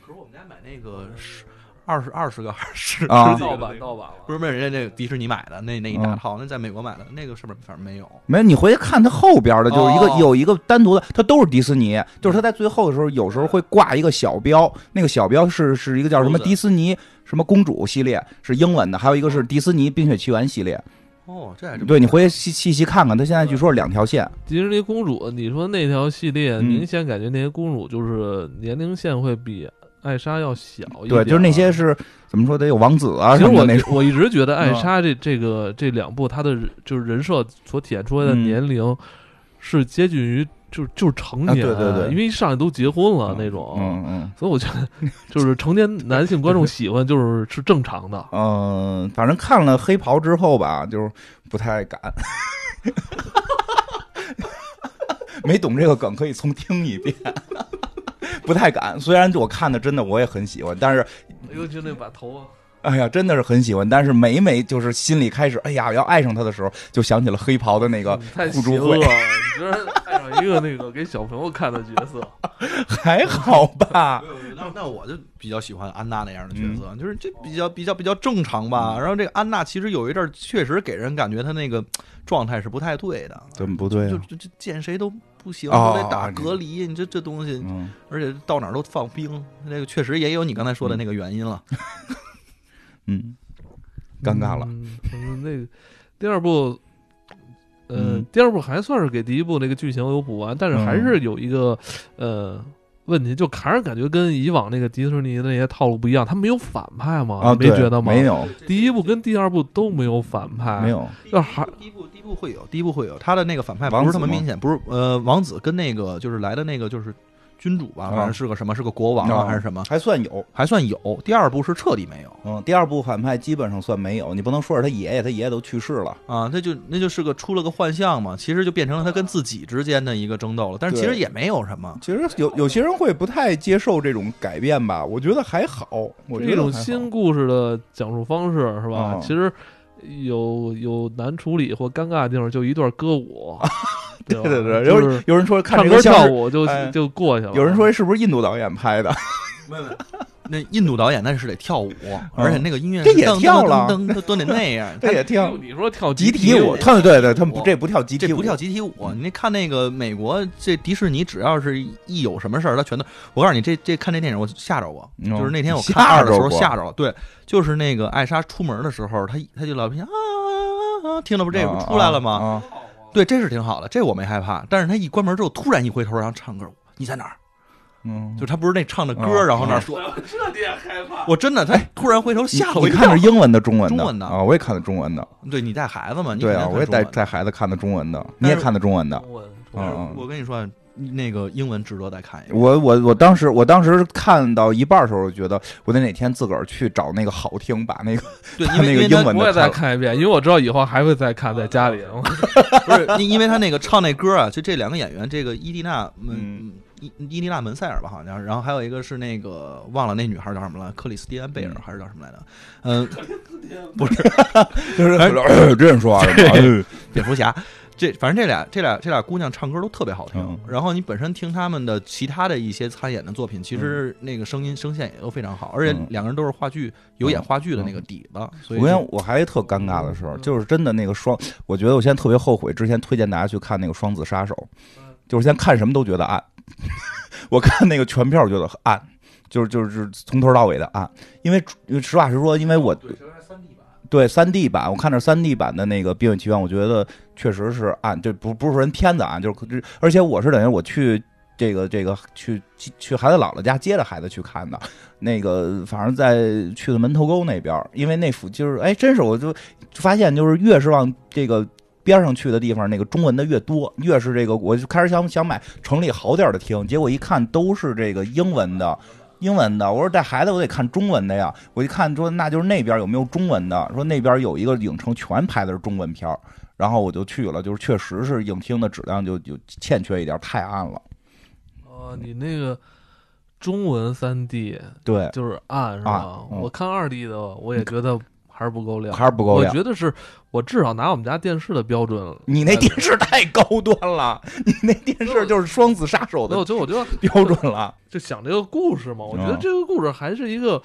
S2: 可是我们家买那个十二十二十个二十
S3: 啊
S2: 十
S1: 嗯
S2: 几
S1: 盗
S2: 个
S1: 版
S2: 那个，
S1: 盗版了
S2: 不是不是人家那个迪士尼买的那那一大
S3: 嗯
S2: 套，那在美国买的那个上面反正没有。
S3: 没有，你回去看它后边的，就是一个、
S2: 哦
S3: 有一个单独的，它都是迪士尼，就是它
S1: 嗯
S3: 在最后的时候，有时候会挂一个小标，那个小标是是一个叫什么
S2: Frozen
S3: 迪士尼什么公主系列，是英文的，还有一
S1: 哦
S3: 个是迪士尼冰雪奇缘系列。
S2: 哦，这
S1: 哎
S2: 还真
S3: 对，你回去细细细看看，它现在据说是两条线，
S1: 迪士尼公主，你说那条系列，
S3: 嗯
S1: 明显感觉那些公主就是年龄线会比艾莎要小一点。啊
S3: 对，就是那些。是怎么说得有王子啊
S1: 其
S3: 什
S1: 实
S3: 么的
S1: 我
S3: 那种，
S1: 我一直
S3: 嗯
S1: 觉得艾莎这这个这两部她的人就是人设所体现出来的
S3: 嗯
S1: 年龄是接近于就是就是成年，
S3: 啊对对对
S1: 因为一上来都结婚了
S3: 嗯
S1: 那种，
S3: 嗯嗯
S1: 所以我觉得就是成年男性观众喜欢就是是正常的。
S3: 嗯、呃反正看了黑袍之后吧，就是不太敢。 没懂这个梗可以重听一遍，不太敢。虽然我看的真的我也很喜欢，但是
S1: 尤其那把头啊，
S3: 哎呀，真的是很喜欢。但是每每就是心里开始哎呀要爱上他的时候，就想起了黑袍的那个
S1: 嗯太
S3: 互
S1: 邪
S3: 助
S1: 恶
S3: 会
S1: 了，，你居然爱上一个那个给小朋友看的角色。
S3: 还好吧？
S2: 那那我就比较喜欢安娜那样的角
S3: 嗯
S2: 色，就是这比较比较比较正常吧。然后这个安娜其实有一阵儿确实给人感觉她那个嘖状态是不太对的，
S3: 怎么不对啊
S2: 就就就见谁都不行，
S3: 哦
S2: 都得打隔离。你这这东西，
S3: 嗯，
S2: 而且到哪儿都放冰，那个确实也有你刚才说的那个原因了。
S3: 嗯，尴尬了。
S1: 嗯，嗯那个第二部，呃，
S3: 嗯
S1: 第二部还算是给第一部那个剧情有补完，但是还是有一个、呃问题，就还是感觉跟以往那个迪士尼的那些套路不一样，他没有反派嘛，
S3: 啊，
S1: 你没
S3: 对
S1: 觉得吗？哎
S3: 没，有，
S1: 第一部跟第二部都没有反派，
S3: 没。有。
S1: 那还
S2: 第一部第一部会有，第一部会有他的那个反派
S3: 啊王
S2: 不
S3: 子
S2: 是那
S3: 吗
S2: 么明显，不是呃，王子跟那个就是来的那个就是君主吧，
S3: 啊
S2: 反正是个什么，是个国王啊
S3: 啊
S2: 还是什么，
S3: 还算有。
S2: 还算有。第二部是彻底没有。
S3: 嗯，第二部反派基本上算没有，你不能说是他爷爷，他爷爷都去世了。
S2: 啊，那就那就是个出了个幻象嘛，其实就变成了他跟自己之间的一个争斗了，但是其实
S3: 对
S2: 也没有什么。
S3: 其实有有些人会不太接受这种改变吧，我觉得还好，我觉得
S1: 这种
S3: 还好
S1: 新故事的讲述方式是吧？
S3: 嗯
S1: 其实有有难处理或尴尬的地方，就一段歌舞，对
S3: 对
S1: 吧
S3: 对对，
S1: 就
S3: 有
S1: 是
S3: 人有人说看
S1: 唱
S3: 这
S1: 歌
S3: 个像
S1: 跳
S3: 是，
S1: 舞就、
S3: 哎
S1: 就过去了。
S3: 有人说是不是印度导演拍的？
S2: 哎那印度导演那是得跳舞，而且那个音乐
S3: 嗯这
S2: 是
S3: 也
S2: 噔
S3: 跳
S2: 噔
S3: 了。
S2: 噔噔都得那样
S3: 这也跳
S1: 你说跳
S3: 集
S1: 体
S3: 体
S1: 舞
S3: 舞，，他们对对，他们不
S2: 我
S3: 这不跳集体
S2: 这
S3: 舞，嗯
S2: 不跳集体舞，你那看那个美国这迪士尼，只要是一有什么事儿，他全都。我告诉你，这这看这电影我吓着我，
S3: 嗯
S2: 就是那天我
S3: 吓
S2: 看二的时候
S3: 着过
S2: 吓着了。对，就是那个艾莎出门的时候，她她就老听啊啊啊啊，听到不这个
S3: 嗯
S2: 不出来了吗？
S3: 吗？
S2: 对，这是挺好的，这我没害怕。但是她一关门之后，突然一回头，然后唱歌，你在哪儿？
S3: 嗯，
S2: 就他不是那唱的歌，
S3: 嗯
S2: 然后那说，
S1: 这你也害怕？
S2: 我真的，他突然回头吓
S3: 哎你
S2: 我一
S3: 你看
S2: 跳
S3: 的。是英文的、中文的
S2: 中文的
S3: 啊？我也看的中文的，
S2: 对你带孩子嘛？你
S3: 对
S2: 肯
S3: 啊，
S2: 定
S3: 我也
S2: 看
S3: 带
S2: 中文
S3: 带孩子看的中文的，你也
S2: 但是
S3: 看的中文的。
S1: 中文，中
S3: 嗯
S1: 文
S3: 嗯
S2: 我跟你说，那个英文值得再看一遍。
S3: 我我我当时我当时看到一半的时候，觉得我得哪天自个儿去找那个好听，把那个
S2: 对，
S3: 他
S2: 因为
S3: 那个
S2: 因为
S3: 英文
S1: 我也
S3: 的
S1: 再
S3: 看
S1: 看一遍，因为我知道以后还会再看，在家里。
S2: 啊他不是因因为他那个唱那歌啊，就这两个演员，这个伊丽娜，嗯
S3: 嗯，
S2: 伊伊丽娜门塞尔吧，好像，然后还有一个是那个忘了那女孩叫什么了，克里斯蒂安贝尔还是叫什么来着？嗯，
S3: 就是
S2: 哎
S3: 这样 说话是吧哎
S2: 蝙蝠侠，这反正这俩这俩这俩姑娘唱歌都特别好听。
S3: 嗯
S2: 然后你本身听她们的其他的一些参演的作品，其实那个声音声线也都非常好，而且
S3: 嗯
S2: 两个人都是话剧有演话剧的那个底子，所以嗯
S3: 我跟我还有一特尴尬的事儿，就是真的那个双，我觉得我现在特别后悔之前推荐大家去看那个《双子杀手》，
S2: 嗯
S3: 就是现在看什么都觉得暗， 我看那个全片儿我觉得很暗，就是就是从头到尾的暗，因为因为实话实说，因为我对三 D 版，我看着三 D 版的那个《冰雪奇缘》，我觉得确实是暗，这不不是说人片子啊，就是而且我是等于我去。这个这个去去去孩子姥姥家接着孩子去看的，那个反正在去的门头沟那边儿，因为那附就是哎，真是我就发现就是越是往这个边上去的地方，那个中文的越多，越是这个我就开始想想买城里好点儿的听，结果一看都是这个英文的。英文的，我说带孩子我得看中文的呀。我一看说那就是那边有没有中文的，说那边有一个影城全拍的是中文片儿，然后我就去了，就是确实是影厅的质量就就欠缺一点儿，太暗了。
S1: 哦，你那个中文三 D
S3: 对，
S1: 就是暗是吧
S3: 啊？嗯
S1: 我看二 D 的，我也觉得还是不够亮，
S3: 还是不够亮
S1: 我觉得是我至少拿我们家电视的标准，
S3: 你那电视太高端了， 你那电视就是双子杀手
S1: 没有，
S3: 的
S1: 就我觉得
S3: 标准了。
S1: 就想这个故事嘛，我觉得
S3: 嗯
S1: 这个故事还是一个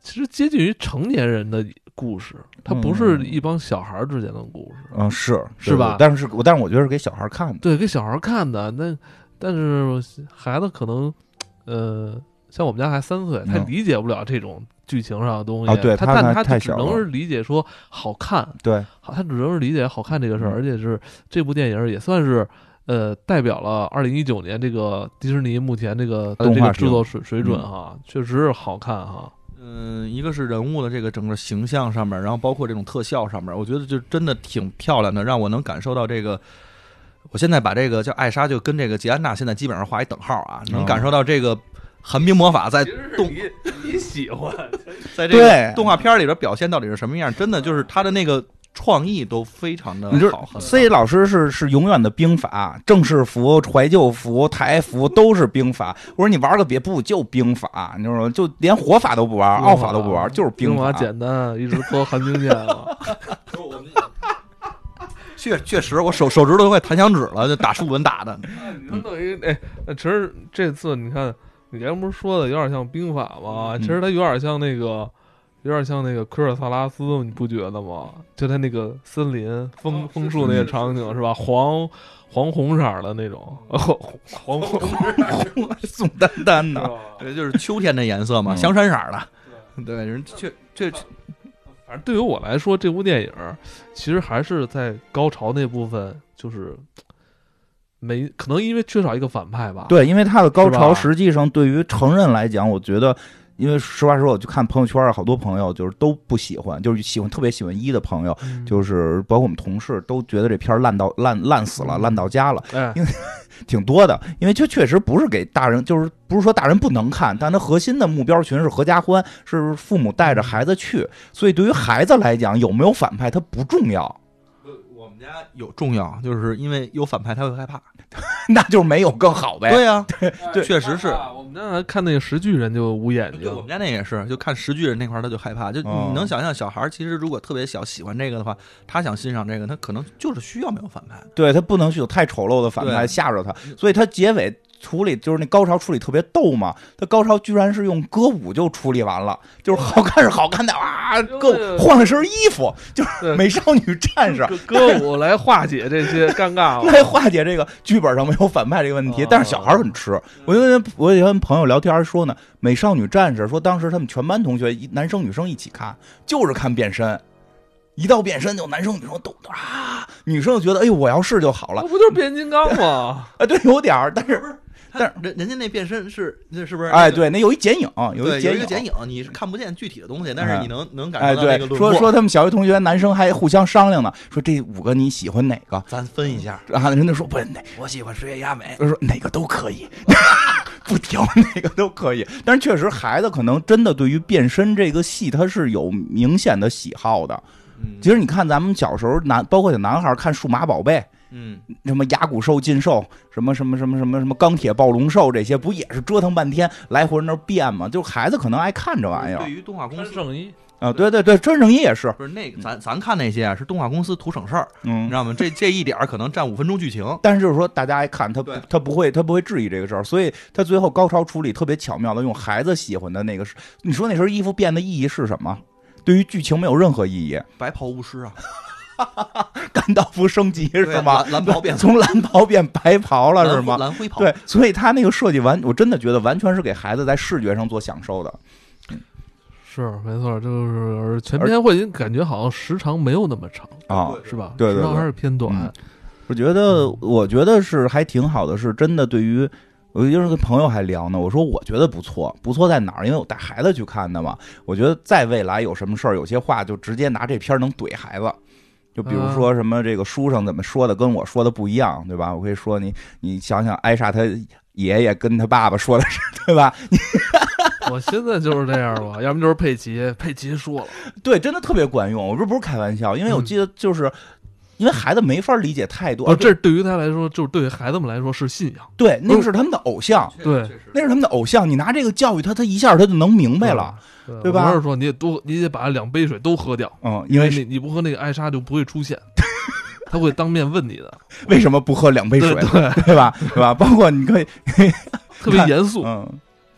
S1: 其实接近于成年人的故事，它不是
S3: 嗯
S1: 一帮小孩儿之间的故事。
S3: 嗯，是
S1: 是
S3: 对
S1: 吧
S3: 对但是我但是我觉得是给小孩看的。
S1: 对，给小孩儿看的。那但是孩子可能，呃，像我们家孩子三岁，他
S3: 嗯
S1: 理解不了这种剧情上的东西。
S3: 啊对
S1: 他
S3: 他
S1: 但
S3: 还
S1: 他
S3: 太
S1: 只
S3: 小
S1: 能
S3: 了
S1: 是理解说好看，
S3: 对，
S1: 好，他只能是理解好看这个事儿，
S3: 嗯
S1: 而且是这部电影儿也算是。呃，代表了二零一九年这个迪士尼目前这个呃
S3: 动
S1: 这
S3: 画
S1: 个制
S3: 史
S1: 作水水准
S3: 嗯
S1: 哈，确实是好看哈。
S2: 嗯，一个是人物的这个整个形象上面，然后包括这种特效上面，我觉得就真的挺漂亮的，让我能感受到这个。我现在把这个叫艾莎，就跟这个吉安娜现在基本上画一等号啊，能
S3: 哦
S2: 感受到这个寒冰魔法在动
S1: 你你喜欢，
S2: 在这个
S3: 对
S2: 动画片里边表现到底是什么样，真的就是他的那个创意都非常的
S3: 你知
S2: 好
S3: 道，
S2: 很好
S3: C 老师是是永远的兵法，正式服、怀旧服、台服都是兵法。我说你玩个别不就兵法，你知道吗？就连火法都不玩，
S1: 兵法
S3: 啊奥法都不玩，就是
S1: 兵
S3: 兵
S1: 法
S3: 法。
S1: 简单，一直搓寒冰剑嘛。
S2: 确确实，我手手指头都快弹响指了，就打竖纹 打的。
S1: 你说弄一哎，那其实这次你看，你刚不是说的有点像兵法吗？
S3: 嗯
S1: 其实它有点像那个，有点像那个科尔萨拉斯，你不觉得吗？就它那个森林枫枫树那个场哦景是嗯吧？黄黄红色儿的那种，黄黄红
S3: 宋丹丹
S1: 是
S3: 呢？
S1: 吧？
S2: 这就是秋天的颜色嘛，
S3: 嗯
S2: 香山色儿的。对，人确确
S1: 反正对于我来说，这部电影儿其实还是在高潮那部分，就是没可能因为缺少一个反派吧。
S3: 对，因为他的高
S1: 是吧
S3: 潮实际上对于成人来讲，我觉得，因为实话实说，我就看朋友圈儿，好多朋友就是都不喜欢，就是喜欢特别喜欢一的朋友，
S1: 嗯，
S3: 就是包括我们同事都觉得这片儿烂到烂烂死了，烂到家了。
S1: 哎，
S3: 挺多的，因为这确实不是给大人，就是不是说大人不能看，但它核心的目标群是合家欢，是父母带着孩子去，所以对于孩子来讲，有没有反派它不重要，
S2: 我们家有重要，就是因为有反派他会害怕。
S3: 那就是没有更好呗。
S2: 对啊呀、
S1: 哎
S2: 对确实是
S1: 我们那看那个石巨人就捂眼
S2: 对我们
S1: 睛，
S2: 家那也是，哎就看石巨人那块儿他就害怕，就
S3: 哦
S2: 你能想象小孩儿其实如果特别小喜欢这个的话，他想欣赏这个，他可能就是需要没有反派。
S3: 对他不能有太丑陋的反派
S2: 对
S3: 吓着他，所以他结尾处理就是那高潮处理特别逗嘛，他高潮居然是用歌舞就处理完了，就是好看是好看的啊，歌舞换了身衣服，就是
S1: 对
S3: 美少女战 士。啊
S1: 歌舞来化解这些尴 尬啊
S3: 来化解这个剧本上没有反派这个问题
S1: 哦，
S3: 但是小孩儿很
S2: 嗯
S3: 吃。我就跟我也跟朋友聊天儿说呢，《美少女战士》说当时他们全班同学一男生女生一起看，就是看变身，一到变身就男生女生都啊，女生就觉得哎呦我要是就好
S1: 那
S3: 了，
S1: 不就是变形金刚 吗？
S3: 啊，对，有点儿，但 是
S2: 他
S3: 但
S2: 人人家那变身是那是不是？
S3: 哎，，对，那有一剪影，一
S2: 对，有
S3: 剪
S2: 一个
S3: 影，
S2: 剪影，你是看不见具体的东西，但是你能能
S3: 哎，
S2: 感受到那
S3: 对，
S2: 个轮
S3: 说
S2: 廓
S3: 说他们小学同学男生还互相商量呢，说这五个你喜欢哪个？
S2: 咱分一下，
S3: 啊，人家说不哪，
S2: 我喜欢石原亚美。
S3: 他说哪个都可以， 不挑哪个都可以。但是确实，孩子可能真的对于变身这个戏，他是有明显的喜好的。
S2: 嗯
S3: 其实你看，咱们小时候男，包括小男孩看《数码宝贝》，
S2: 嗯，
S3: 什么牙骨兽、禁兽，什么什么什么什么什么钢铁暴龙兽，这些不也是折腾半天，来回那儿变吗？就是孩子可能爱看这玩意儿
S2: 对于动画公
S1: 真
S2: 司
S1: 正一
S3: 啊。对对对，真正义也是，
S2: 不是那个，咱咱看那些啊，是动画公司图省事儿，你
S3: 嗯
S2: 知。道吗？这这一点儿可能占五分钟剧情，
S3: 但是就是说，大家爱看他不
S2: 对，
S3: 他不会，他不会质疑这个事儿，所以他最后高潮处理特别巧妙的用孩子喜欢的那个是，你说那身衣服变的意义是什么？对于剧情没有任何意义，
S2: 白袍巫师啊，
S3: 甘道夫升级
S2: 对
S3: 是
S2: 啊
S3: 吗？
S2: 蓝蓝袍变
S3: 从蓝袍变白袍 了是
S2: 蓝
S3: 吗？
S2: 蓝灰袍，
S3: 对，所以他那个设计完，我真的觉得完全是给孩子在视觉上做享受的。
S1: 是没错，就是全篇会已感觉好像时长没有那么长，
S3: 啊
S2: 对
S1: 是吧？
S3: 对对
S1: 时长
S3: 对
S1: 还是偏短
S3: 嗯。我觉得，
S1: 嗯
S3: 我觉得是还挺好的，是真的。对于我就是跟朋友还聊呢，我说我觉得不错，不错在哪儿？因为我带孩子去看的嘛。我觉得在未来有什么事儿，有些话就直接拿这片儿能怼孩子。就比如说什么这个书上怎么说的跟我说的不一样，对吧？我可以说你，你想想艾莎她爷爷跟他爸爸说的是，对吧？
S1: 我现在就是这样吧，要么就是佩奇，佩奇说了，
S3: 对，真的特别管用。我这不是开玩笑，因为我
S1: 嗯
S3: 记得就是。因为孩子没法理解太多，
S1: 哦，这对于他来说，就是对于孩子们来说是信仰，
S3: 对那个是他们的偶像，
S1: 对
S2: 确实
S3: 那是他们的偶像。你拿这个教育他，他一下他就能明白了。
S1: 对，
S3: 对吧
S1: 我是说，你得多，你得把两杯水都喝掉，
S3: 嗯，因为
S1: 你你不喝那个艾莎就不会出现， 他会当面问你的，
S3: 为什么不喝两杯水
S1: 对，对，
S3: 对吧？对吧？包括你可以，
S1: 特别严肃。
S3: 嗯，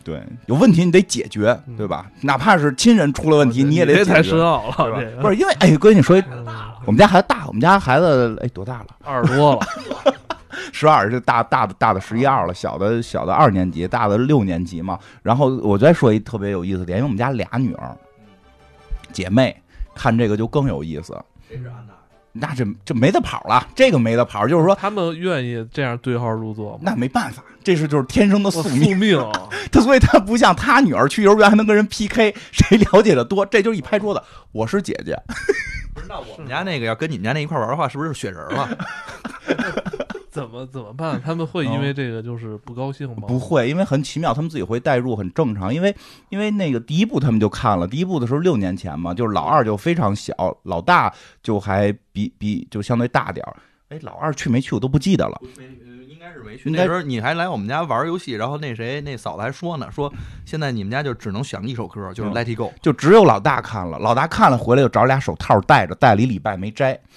S3: 对，有问题你得解决，
S1: 嗯
S3: 对吧？哪怕是亲人出了问题，
S1: 你
S3: 也得
S1: 这
S3: 解
S1: 太
S3: 决
S1: 深，奥
S3: 对
S1: 了，这
S3: 吧？
S1: 个
S3: 不是因为哎，哥，你说
S1: 嗯
S3: 我们家孩子大，我们家孩子哎多大了？
S1: 二十多了，
S3: 十二是大大的大的十一二了，小的小的二年级，大的六年级嘛。然后我再说一特别有意思的点，因为我们家俩女儿姐妹看这个就更有意思，
S2: 谁是安娜？
S3: 那这这没得跑了，这个没得跑，就是说
S1: 他们愿意这样对号入座吗？
S3: 那没办法，这是就是天生的
S1: 我
S3: 宿
S1: 宿
S3: 命。
S1: 命，啊
S3: 他所以他不像他女儿去幼儿园还能跟人 PK，谁 了解的多，这就是一拍桌子，我是姐姐。
S2: 不是，那我们家那个要跟你们家那一块玩的话，是不是雪人了？
S1: 怎么怎么办？他们会因为这个就是不高兴吗？
S3: 不会，因为很奇妙，他们自己会代入，很正常。因为因为那个第一部他们就看了，第一部的时候六年前嘛，就是老二就非常小，老大就还比比就相对大点儿。哎，老二去没去我都不记得了。
S2: 呃应该是没去。
S3: 应该
S2: 那时候你还来我们家玩游戏，然后那谁那嫂子还说呢，说现在你们家就只能选一首歌，就是
S3: 嗯
S2: Let It Go。
S3: 就只有老大看了，老大看了回来就找俩手套戴着，戴了一礼拜没摘，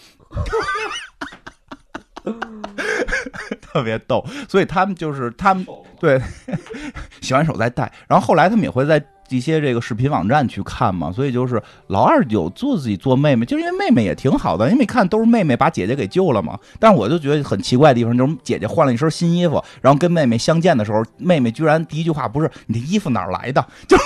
S3: 特别逗。所以他们就是他们对 洗完手再戴，然后后来他们也会在一些这个视频网站去看嘛，所以就是老二有做自己做妹妹，就是因为妹妹也挺好的，因为看都是妹妹把姐姐给救了嘛。但是我就觉得很奇怪的地方就是姐姐换了一身新衣服，然后跟妹妹相见的时候，妹妹居然第一句话不是你的衣服哪儿来的，就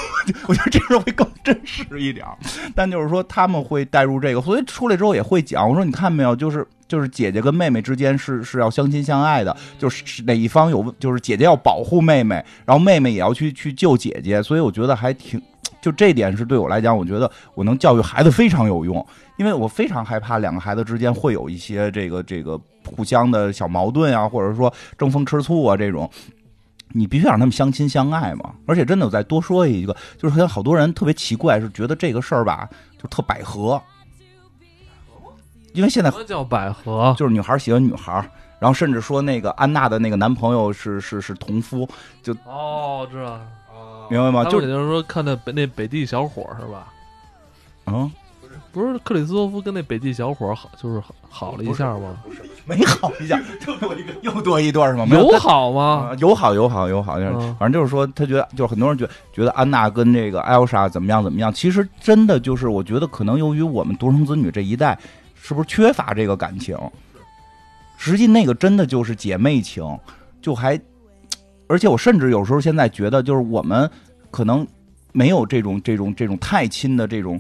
S3: 我觉得这事儿会更真实一点儿。但就是说他们会带入这个，所以出来之后也会讲，我说你看没有，就是。就是姐姐跟妹妹之间是是要相亲相爱的，就是是哪一方有，就是姐姐要保护妹妹，然后妹妹也要去去救姐姐，所以我觉得还挺，就这点是对我来讲，我觉得我能教育孩子非常有用，因为我非常害怕两个孩子之间会有一些这个这个互相的小矛盾啊，或者说争风吃醋啊这种。你必须让他们相亲相爱嘛，而且真的，我再多说一个，就是像好多人特别奇怪，是觉得这个事儿吧，就特百合，因为现在
S1: 什么叫百合？
S3: 就是女孩喜欢女孩，然后甚至说那个安娜的那个男朋友是是是同夫，
S1: 哦，知道了。
S2: 啊
S3: 明白
S1: 他
S3: 吗？
S1: 们
S3: 啊就
S1: 也就是说，看那北那北地小伙儿是吧？
S3: 嗯，
S1: 不是克里斯托夫跟那北地小伙儿好，就是好好了一下吗？
S3: 没好一下， 又多一个，又多一对是吗？没
S1: 友好吗？
S3: 啊，友好友好友好，
S1: 嗯
S3: 反正就是说，他觉得就是很多人觉觉得安娜跟这个艾欧莎怎么样怎么样，其实真的就是我觉得可能由于我们独生子女这一代是不是缺乏这个感情，实际那个真的就是姐妹情，就还，而且我甚至有时候现在觉得就是我们可能没有这种这种这种太亲的这种。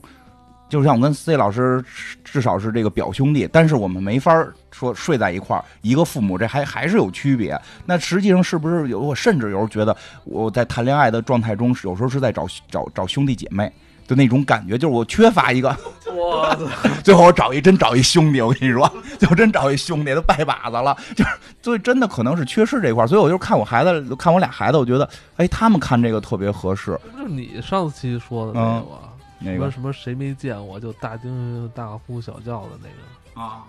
S3: 就像我跟 C 老师是至少是这个表兄弟，但是我们没法儿说睡在一块儿，一个父母这还还是有区别。那实际上是不是有？我甚至有时候觉得我在谈恋爱的状态中，是有时候是在找找找兄弟姐妹。就那种感觉，就是我缺乏一个，
S1: 我
S3: 最后我找一真找一兄弟，我跟你说，最后真找一兄弟都拜把子了，就是所以真的可能是缺失这块儿，所以我就看我孩子，看我俩孩子，我觉得，哎，他们看这个特别合适，
S1: 就是你上期说的那个吧？
S3: 嗯那
S1: 什
S3: 个
S1: 么什么谁没见我就大惊大呼小叫的那个，
S3: 啊，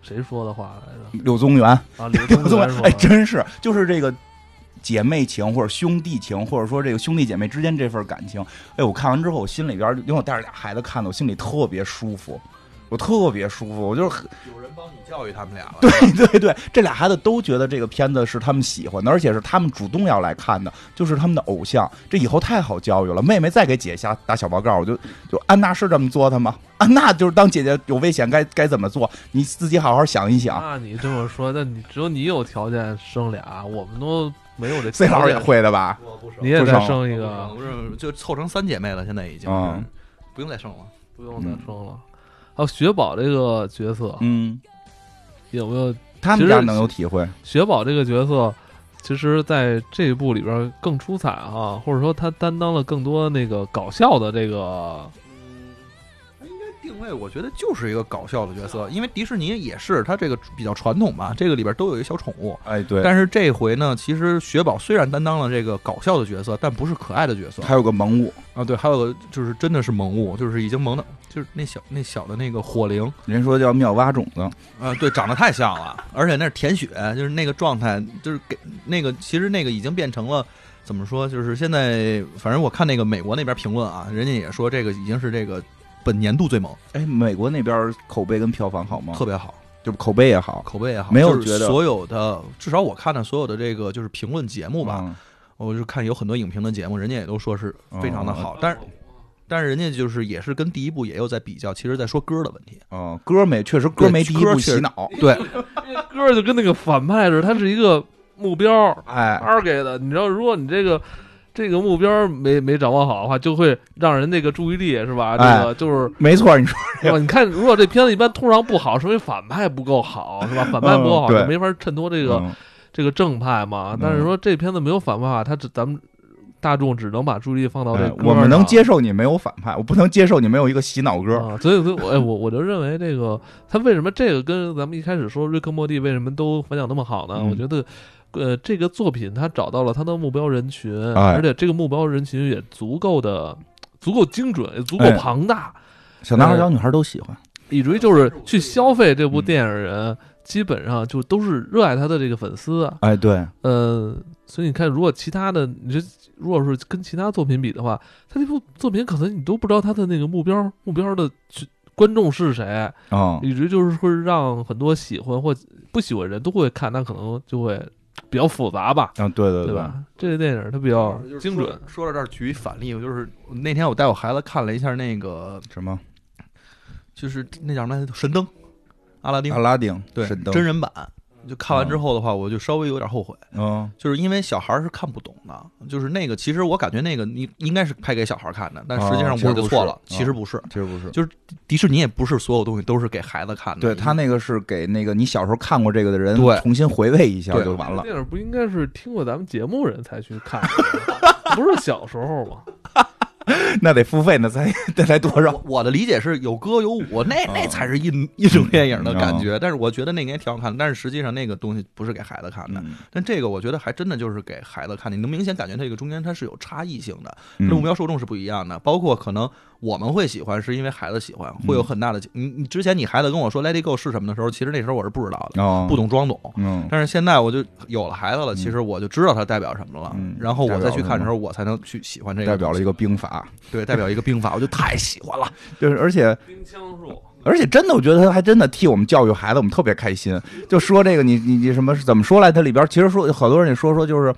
S1: 谁说的话来着？
S3: 柳宗元，
S1: 啊，柳宗元说的。
S3: 哎，真是就是这个姐妹情或者兄弟情，或者说这个兄弟姐妹之间这份感情。哎，我看完之后，我心里边，因为我带着俩孩子看的，我心里特别舒服，我特别舒服，我就是很
S2: 有人帮你教育他们俩了。
S3: 对 对对，这俩孩子都觉得这个片子是他们喜欢的，而且是他们主动要来看的，就是他们的偶像。这以后太好教育了。妹妹再给姐下打小报告，我就就安娜是这么做的吗？ 安娜就是当姐姐有危险该该怎么做，你自己好好想一
S2: 啊
S3: 想。
S1: 那你这么说，那你只有你有条件生俩，我们都没有这。
S3: C 老师也，会的吧？
S2: 我不生
S1: 你也
S3: 不
S1: 再
S3: 生
S1: 生一
S2: 不
S1: 个啊
S2: 生，不是就凑成三姐妹了，现在已经
S3: 嗯
S2: 是不用再生了。
S1: 不用再生了。还有雪宝这个角色，
S3: 嗯，
S1: 有没有？
S3: 他
S1: 其实
S3: 们家能有体会。
S1: 雪宝这个角色，其实在这一部里边更出彩啊，或者说他担当了更多那个搞笑的这个，
S2: 定位我觉得就是一个搞笑的角色，因为迪士尼也是它这个比较传统吧，这个里边都有一个小宠物。
S3: 哎，对，
S2: 但是这回呢，其实雪宝虽然担当了这个搞笑的角色，但不是可爱的角色
S3: 还有个萌物，
S2: 啊。对，还有个就是真的是萌物，就是已经萌的，就是那小那小的那个火灵
S3: 人说叫妙蛙种子，
S2: 啊，对，长得太像了，而且那是舔血，就是那个状态，就是给那个其实那个已经变成了。怎么说？就是现在，反正我看那个美国那边评论啊，人家也说这个已经是这个本年度最萌，
S3: 哎，美国那边口碑跟票房好吗？
S2: 特别好。
S3: 就是口碑也好，
S2: 口碑也好，
S3: 没有
S2: 就是
S3: 觉得
S2: 所有的，至少我看的所有的这个就是评论节目吧，
S3: 嗯？
S2: 我就看有很多影评的节目，人家也都说是非常的好，但是但是人家就是也是跟第一部也有在比较，其实在说歌的问题。
S3: 哦，歌没，确实歌
S2: 对
S3: 没第一
S2: 歌
S3: 部
S2: 确
S3: 洗
S2: 实
S3: 脑。
S2: 对，
S1: 这歌就跟那个反派似的，它是一个目标，
S3: 哎，
S1: 二给的。你知道，如果你这个这个目标没没掌握好的话，就会让人那个注意力是吧？这
S3: 哎
S1: 个就是，
S3: 没错，你说
S1: 是吧？你看，如果这片子一般通常不好，是因为反派不够好，是吧？反派不够好，
S3: 嗯对
S1: 就没法衬托这
S3: 这
S1: 个、这个正派嘛
S3: 嗯。
S1: 但是说这片子没有反派啊，它只咱们大众只能把注意力放到这
S3: 哎
S1: 哦歌上、
S3: 我们能接受你没有反派，我不能接受你没有一个洗脑歌。
S1: 啊，所以，所以我，哎，我我就认为这个，他为什么这个跟咱们一开始说瑞克莫蒂为什么都反响那么好呢？
S3: 嗯
S1: 我觉得，呃，这个作品他找到了他的目标人群，
S3: 哎
S1: 而且这个目标人群也足够的、足够精准，也足够
S3: 哎
S1: 庞大，
S3: 小男孩、小女孩都喜欢。
S1: 以至于就是去消费这
S3: 嗯
S1: 部电影人，基本上就都是热爱他的这个粉丝啊。
S3: 哎，对，
S1: 呃，所以你看，如果其他的，你这如果是跟其他作品比的话，他这部作品可能你都不知道他的那个目标目标的群观众是谁。
S3: 哦，
S1: 以至于就是会让很多喜欢或不喜欢的人都会看，那可能就会比较复杂吧，
S3: 嗯，对对
S1: 对吧？这个电影它比较精准，
S2: 哦说到这儿举一反例，就是那天我带我孩子看了一下那个，
S3: 什么
S2: 就是那叫什么来着神灯，阿拉丁，
S3: 阿拉丁
S2: 对，
S3: 神灯
S2: 真人版。就看完之后的话，我就稍微有点后悔，
S3: 嗯，
S2: 就是因为小孩儿是看不懂的，就是那个其实我感觉那个你应该是拍给小孩儿看的，但实际
S3: 哦
S2: 上
S3: 其实
S2: 我就
S3: 不
S2: 错
S3: 是
S2: 了，其
S3: 哦
S2: 实不是，
S3: 其实不是，
S2: 迪士尼也不是所有东西都是给孩子看的，
S3: 对他那个是给那个你小时候看过这个的人
S2: 对
S3: 重新回味一下
S2: 对
S3: 就完了。
S1: 电影不应该是听过咱们节目人才去看的 吗，不是小时候吗？
S3: 那得付费呢，才得才多少？
S2: 我我的理解是有歌有舞，那
S3: 啊嗯
S2: 那才是一一种电影的感觉。但是我觉得那个也挺好看，但是实际上那个东西不是给孩子看的。
S3: 嗯
S2: 但这个我觉得还真的就是给孩子看，你能明显感觉这个中间它是有差异性的，它的目
S3: 嗯
S2: 标受众是不一样的。包括可能我们会喜欢，是因为孩子喜欢，会
S3: 嗯
S2: 有很大的。你你之前你孩子跟我说《Let It Go》是什么的时候，其实那时候我是不知道的，
S3: 哦，
S2: 不，懂装懂。
S3: 嗯，
S2: 但是现在我就有了孩子了，
S3: 嗯
S2: 其实我就知道它代表什么了。
S3: 嗯
S2: 然后我再去
S3: 代表什么
S2: 看的时候，我才能去喜欢这个。
S3: 代表了一个兵法，
S2: 对，代表一个兵 法，我就太喜欢了。
S3: 就是而且
S1: 冰枪术，
S3: 而且真的，我觉得他还真的替我们教育孩子，我们特别开心。就说这个，你你你什么怎么说来？它里边其实说好多人说说就是，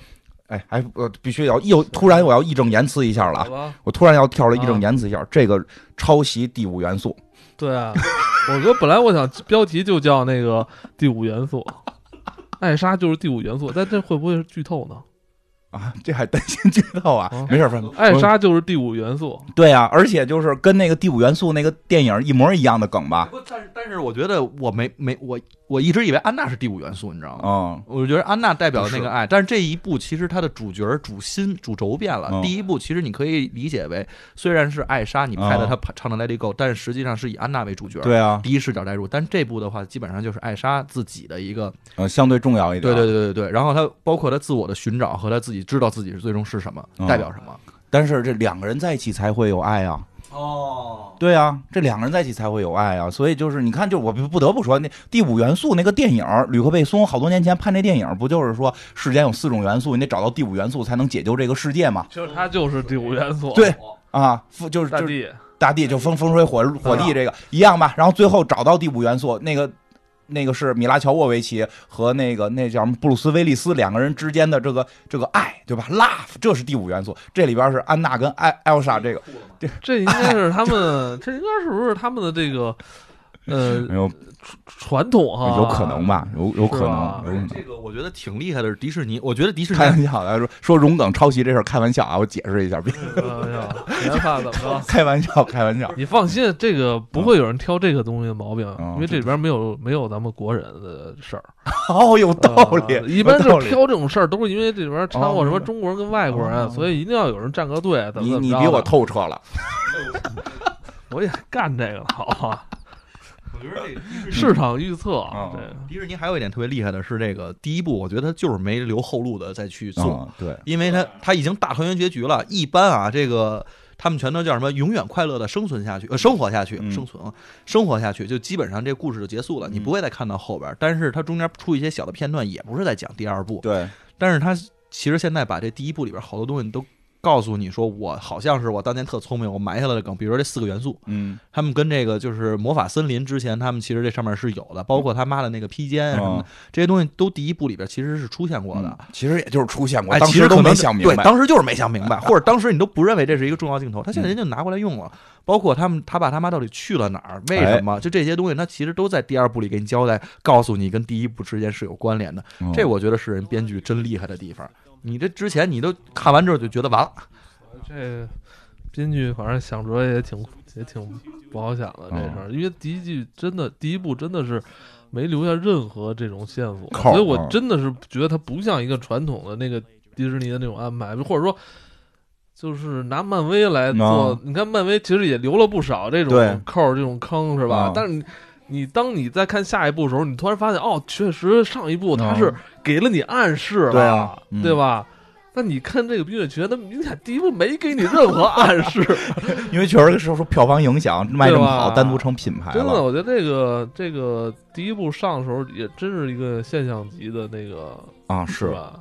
S3: 哎，还我必须要又突然我要义正言辞一下了
S1: 好
S3: 啊！
S2: 嗯
S1: 吧？
S3: 我突然要跳了义正言辞一下，这个抄袭第五元素，
S1: 对啊， 我说本来我想标题就叫那个第五元素。艾莎就是第五元素，但这会不会是剧透呢？
S3: 啊，这还担心剧透啊？
S2: 嗯
S1: 啊
S3: 没事儿，反正
S2: 哎
S1: 艾莎就是第五元素，
S3: 对啊，而且就是跟那个第五元素那个电影一模一样的梗吧？
S2: 不，但是但是，我觉得我没没我我一直以为安娜是第五元素，你知道吗？
S3: 嗯，
S2: 我觉得安娜代表那
S3: 不是
S2: 个爱，但是这一部其实它的主角、主心、主轴变了。
S3: 嗯
S2: 第一部其实你可以理解为，虽然是艾莎你拍的
S3: 嗯
S2: 她唱的《Let It Go》，但是实际上是以安娜为主角，
S3: 对啊，
S2: 第一视角代入。但这部的话，基本上就是艾莎自己的一个，
S3: 呃，相对重要一点。
S2: 对对对对对。然后她包括她自我的寻找和她自己知道自己是最终是什么，
S3: 嗯
S2: 代表什么。
S3: 但是这两个人在一起才会有爱啊，
S2: 哦，
S3: 对啊，这两个人在一起才会有爱啊。所以就是你看，就是我不不得不说，那第五元素那个电影，吕克贝松好多年前拍那电影，不就是说世间有四种元素，你得找到第五元素才能解救这个世界嘛？
S1: 就是它就是第五元素，
S3: 对啊，就是
S1: 大
S3: 就是
S1: 地
S3: 大地就风风水火火地这个一样吧。然后最后找到第五元素，那个那个是米拉乔沃维奇和那个那叫什么布鲁斯威利斯两个人之间的这个这个爱，对吧？Love，这是第五元素。这里边是安娜跟艾艾欧莎这个，
S1: 这应该是他 们，这应该是不是他们的这个呃
S3: 没有
S1: 传统哈？
S3: 有可能？吧？有有可
S1: 是
S3: 能，
S1: 吧
S3: 有可能。
S2: 这个我觉得挺厉害的，是迪士尼。我觉得迪士尼
S3: 开玩笑的，说说荣梗抄袭这事儿，开玩笑啊！我解释一下，别
S1: 哎呀，研发怎么着？
S3: 开玩笑，开玩笑。
S1: 你放心，这个不会有人挑这个东西的毛病，
S3: 嗯
S1: 因为这里边没有没有咱们国人的事儿。
S3: 哦，有 道理，
S1: 呃一般
S3: 有道理
S1: 是挑这种事儿，都是因为这里边掺和
S3: 哦
S1: 什么中国人跟外国
S3: 哦
S1: 人，啊所以一定要有人站个队。怎么
S3: 你
S1: 怎么
S3: 你
S1: 着
S3: 比我
S1: 的
S3: 透彻了，
S1: 我也干这个了，好吧？
S2: 我觉得这迪士尼
S1: 市场预测
S3: 嗯哦，
S1: 这个
S2: 迪士尼还有一点特别厉害的是，这个第一部我觉得它就是没留后路的再去送，
S3: 嗯，对，
S2: 因为它它已经大团圆结局了。一般啊，这个他们全都叫什么？永远快乐的生存下去，呃，生活下去，
S3: 嗯
S2: 生存啊，生活下去，就基本上这故事就结束了，你
S3: 嗯
S2: 不会再看到后边儿。但是它中间出一些小的片段，也不是在讲第二部，
S3: 对，
S2: 但是它其实现在把这第一部里边好多东西都。告诉你说，我好像是我当年特聪明，我埋下了这梗。比如说这四个元素，
S3: 嗯，
S2: 他们跟这个就是魔法森林之前，他们其实这上面是有的，包括他妈的那个披肩啊什么的，这些东西都第一部里边其实是出现过的
S3: 嗯。其实也就是出现过，
S2: 哎，
S3: 当
S2: 其
S3: 时
S2: 实
S3: 都
S2: 可能
S3: 没想明
S2: 对，
S3: 白。
S2: 当时就是没想明白，或者当时你都不认为这是一个重要镜头，他现在人家拿过来用了。包括他们他爸他妈到底去了哪儿，为
S3: 哎
S2: 什么，就这些东西，他其实都在第二部里给你交代，告诉你跟第一部之间是有关联的。
S3: 嗯
S2: 这我觉得是人编剧真厉害的地方。你这之前你都看完之后就觉得完了，
S1: 这编剧反正想着也挺也挺不好想的这事
S3: 哦
S1: 儿，因为第一季真的第一部真的是没留下任何这种线索，
S3: 扣儿
S1: 所以我
S3: 嗯
S1: 真的是觉得它不像一个传统的那个迪士尼的那种安排，或者说。就是拿漫威来做，你看漫威其实也留了不少这
S3: 嗯对
S1: 种扣儿、这种坑，是吧？
S3: 嗯
S1: 但是你你当你在看下一部的时候，你突然发现，哦，确实上一部它
S3: 嗯
S1: 是给了你暗示了，
S3: 对啊嗯
S1: 对吧？那你看这个冰雪奇缘，那明显第一部没给你任何暗示，
S3: 因为确实是说票房影响卖这么好，
S1: 对吧
S3: 单独成品牌
S1: 真的，
S3: 了。
S1: 我觉得这个这个第一部上的时候也真是一个现象级的那个，
S3: 啊，是，
S1: 吧？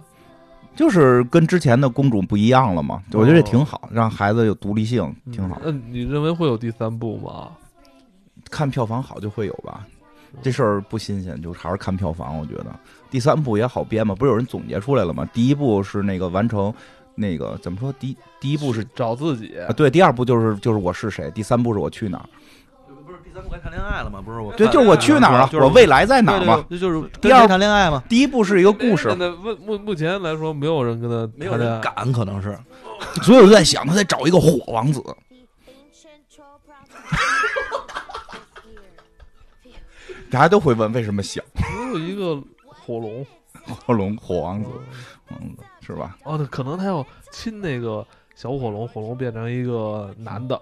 S3: 就是跟之前的公主不一样了嘛。我觉得这挺好，让孩子有独立性，挺好
S1: 嗯。那、你认为会有第三部吗？
S3: 看票房好就会有吧。这事儿不新鲜，就是还是看票房。我觉得第三部也好编嘛，不是有人总结出来了吗？第一部是那个完成那个怎么说？第第一部是
S1: 找自己，
S3: 啊，对，第二部就是就是我是谁，第三部是我去哪儿。
S2: 不是第三部该谈恋爱了吗？不是我
S3: 对，就是我去哪儿了，我未来在哪儿嘛。
S2: 这就是
S3: 第二
S2: 跟谁谈恋爱嘛，
S3: 第一部是一个故事
S1: 现，在目目目前来说，没有人跟他
S2: 没有
S1: 谈恋
S2: 人
S1: 爱
S2: 敢，可能是
S3: 所以我就在想，他得找一个火王子， 大家都会问为什么小
S1: 只有一个火龙。
S3: 火龙火王子，王子是吧？
S1: 哦，那可能他要亲那个小火龙，火龙变成一个男的。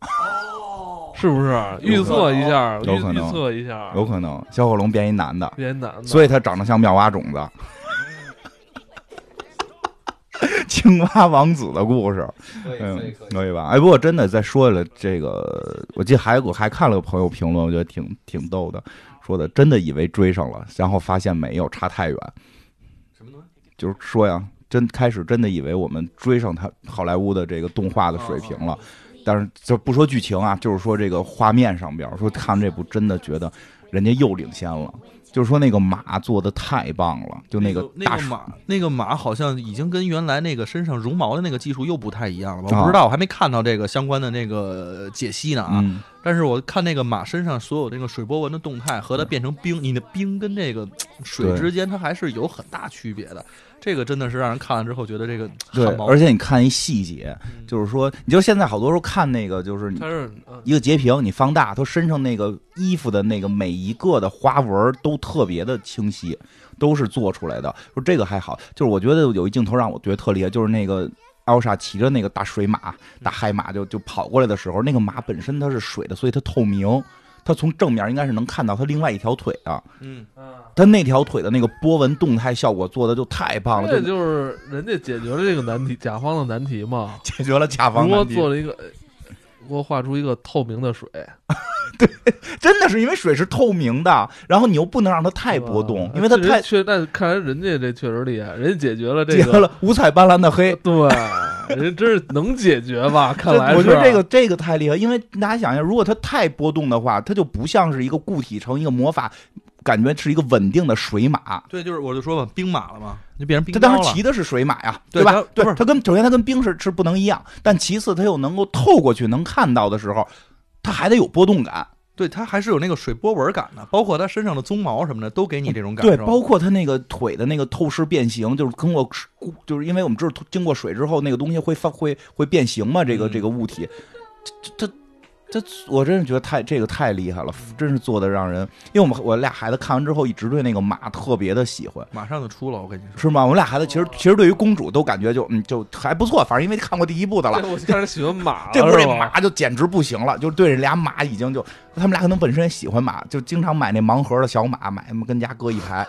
S1: 哦，是不是预测一下？
S3: 有
S1: 预
S3: 可能
S1: 预测一下，
S3: 有可能小火龙变一男的，
S1: 变男的。
S3: 所以他长得像妙蛙种子。 青蛙王子的故事，嗯，可以吧？哎，不过真的再说了这个，我记得还有我还看了个朋友评论，我觉得挺挺逗的，说的真的以为追上了，然后发现没有，差太远。
S2: 什么东西？
S3: 就是说呀，真开始真的以为我们追上他好莱坞的这个动画的水平了，但是就不说剧情啊，就是说这个画面上边儿，说看这部真的觉得人家又领先了，就是说那个马做的太棒了，就那个
S2: 那
S3: 大
S2: 个
S3: 水
S2: 马，那个马好像已经跟原来那个身上绒毛的那个技术又不太一样了吧？
S3: 啊
S2: 我不知道，我还没看到这个相关的那个解析呢啊。
S3: 嗯，
S2: 但是我看那个马身上所有这个水波纹的动态和它变成冰，你的冰跟这个水
S3: 对
S2: 之间，它还是有很大区别的。这个真的是让人看了之后觉得这个
S3: 对
S2: 汗，毛
S3: 而且你看一细节，
S2: 嗯
S3: 就是说，你就现在好多时候看那个就是你
S1: 他是嗯
S3: 一个截屏，你放大，它身上那个衣服的那个每一个的花纹都特别的清晰，都是做出来的。说这个还好，就是我觉得有一镜头让我觉得特厉害，就是那个。艾欧莎骑着那个大水马、大海马就就跑过来的时候，那个马本身它是水的，所以它透明，它从正面应该是能看到它另外一条腿啊的。
S2: 嗯，
S3: 它那条腿的那个波纹动态效果做的就太棒了，
S1: 这
S3: 就
S1: 就是人家解决了这个难题，甲方的难题嘛。
S3: 解决了甲
S1: 如
S3: 方
S1: 果
S3: 问题。
S1: 做了一个，给我画出一个透明的水，
S3: 真的是因为水是透明的，然后你又不能让它太波动
S1: 哇，
S3: 因为它
S1: 这人
S3: 太
S1: 确，但看来人家这确实厉害，人家解决了这
S3: 结
S1: 个，
S3: 了五彩斑斓的黑。
S1: 对，人真是能解决吧？看
S3: 这
S1: 来是
S3: 我觉得这个这个太厉害，因为大家想一下，如果它太波动的话，它就不像是一个固体成一个魔法，感觉是一个稳定的水马。
S2: 对，就是我就说吧，兵马了嘛，就变成兵
S3: 它
S2: 刀
S3: 当
S2: 了。
S3: 时骑的是水马呀，
S2: 对
S3: 吧
S2: 它？
S3: 对
S2: 不是，
S3: 它跟首先它跟冰是是不能一样，但其次它又能够透过去能看到的时候，它还得有波动感。
S2: 对，它还是有那个水波纹感的，包括它身上的鬃毛什么的，都给你这种感受。
S3: 对，包括它那个腿的那个透视变形，就是通过，就是因为我们知道经过水之后那个东西会发会会变形嘛，这个
S2: 嗯
S3: 这个物体，这这这，这我真是觉得太这个太厉害了，真是做的让人，因为我们我俩孩子看完之后一直对那个马特别的喜欢。
S2: 马上就出了，我跟你说。
S3: 是吗？我们俩孩子其
S2: 哦
S3: 实其实对于公主都感觉就嗯就还不错，反正因为看过第一部的了
S1: 这，我开始喜欢马了，
S3: 这不
S1: 是
S3: 这
S1: 吧
S3: 马就简直不行了，就对这俩马已经就他们俩可能本身也喜欢马，就经常买那盲盒的小马，买跟家搁一排，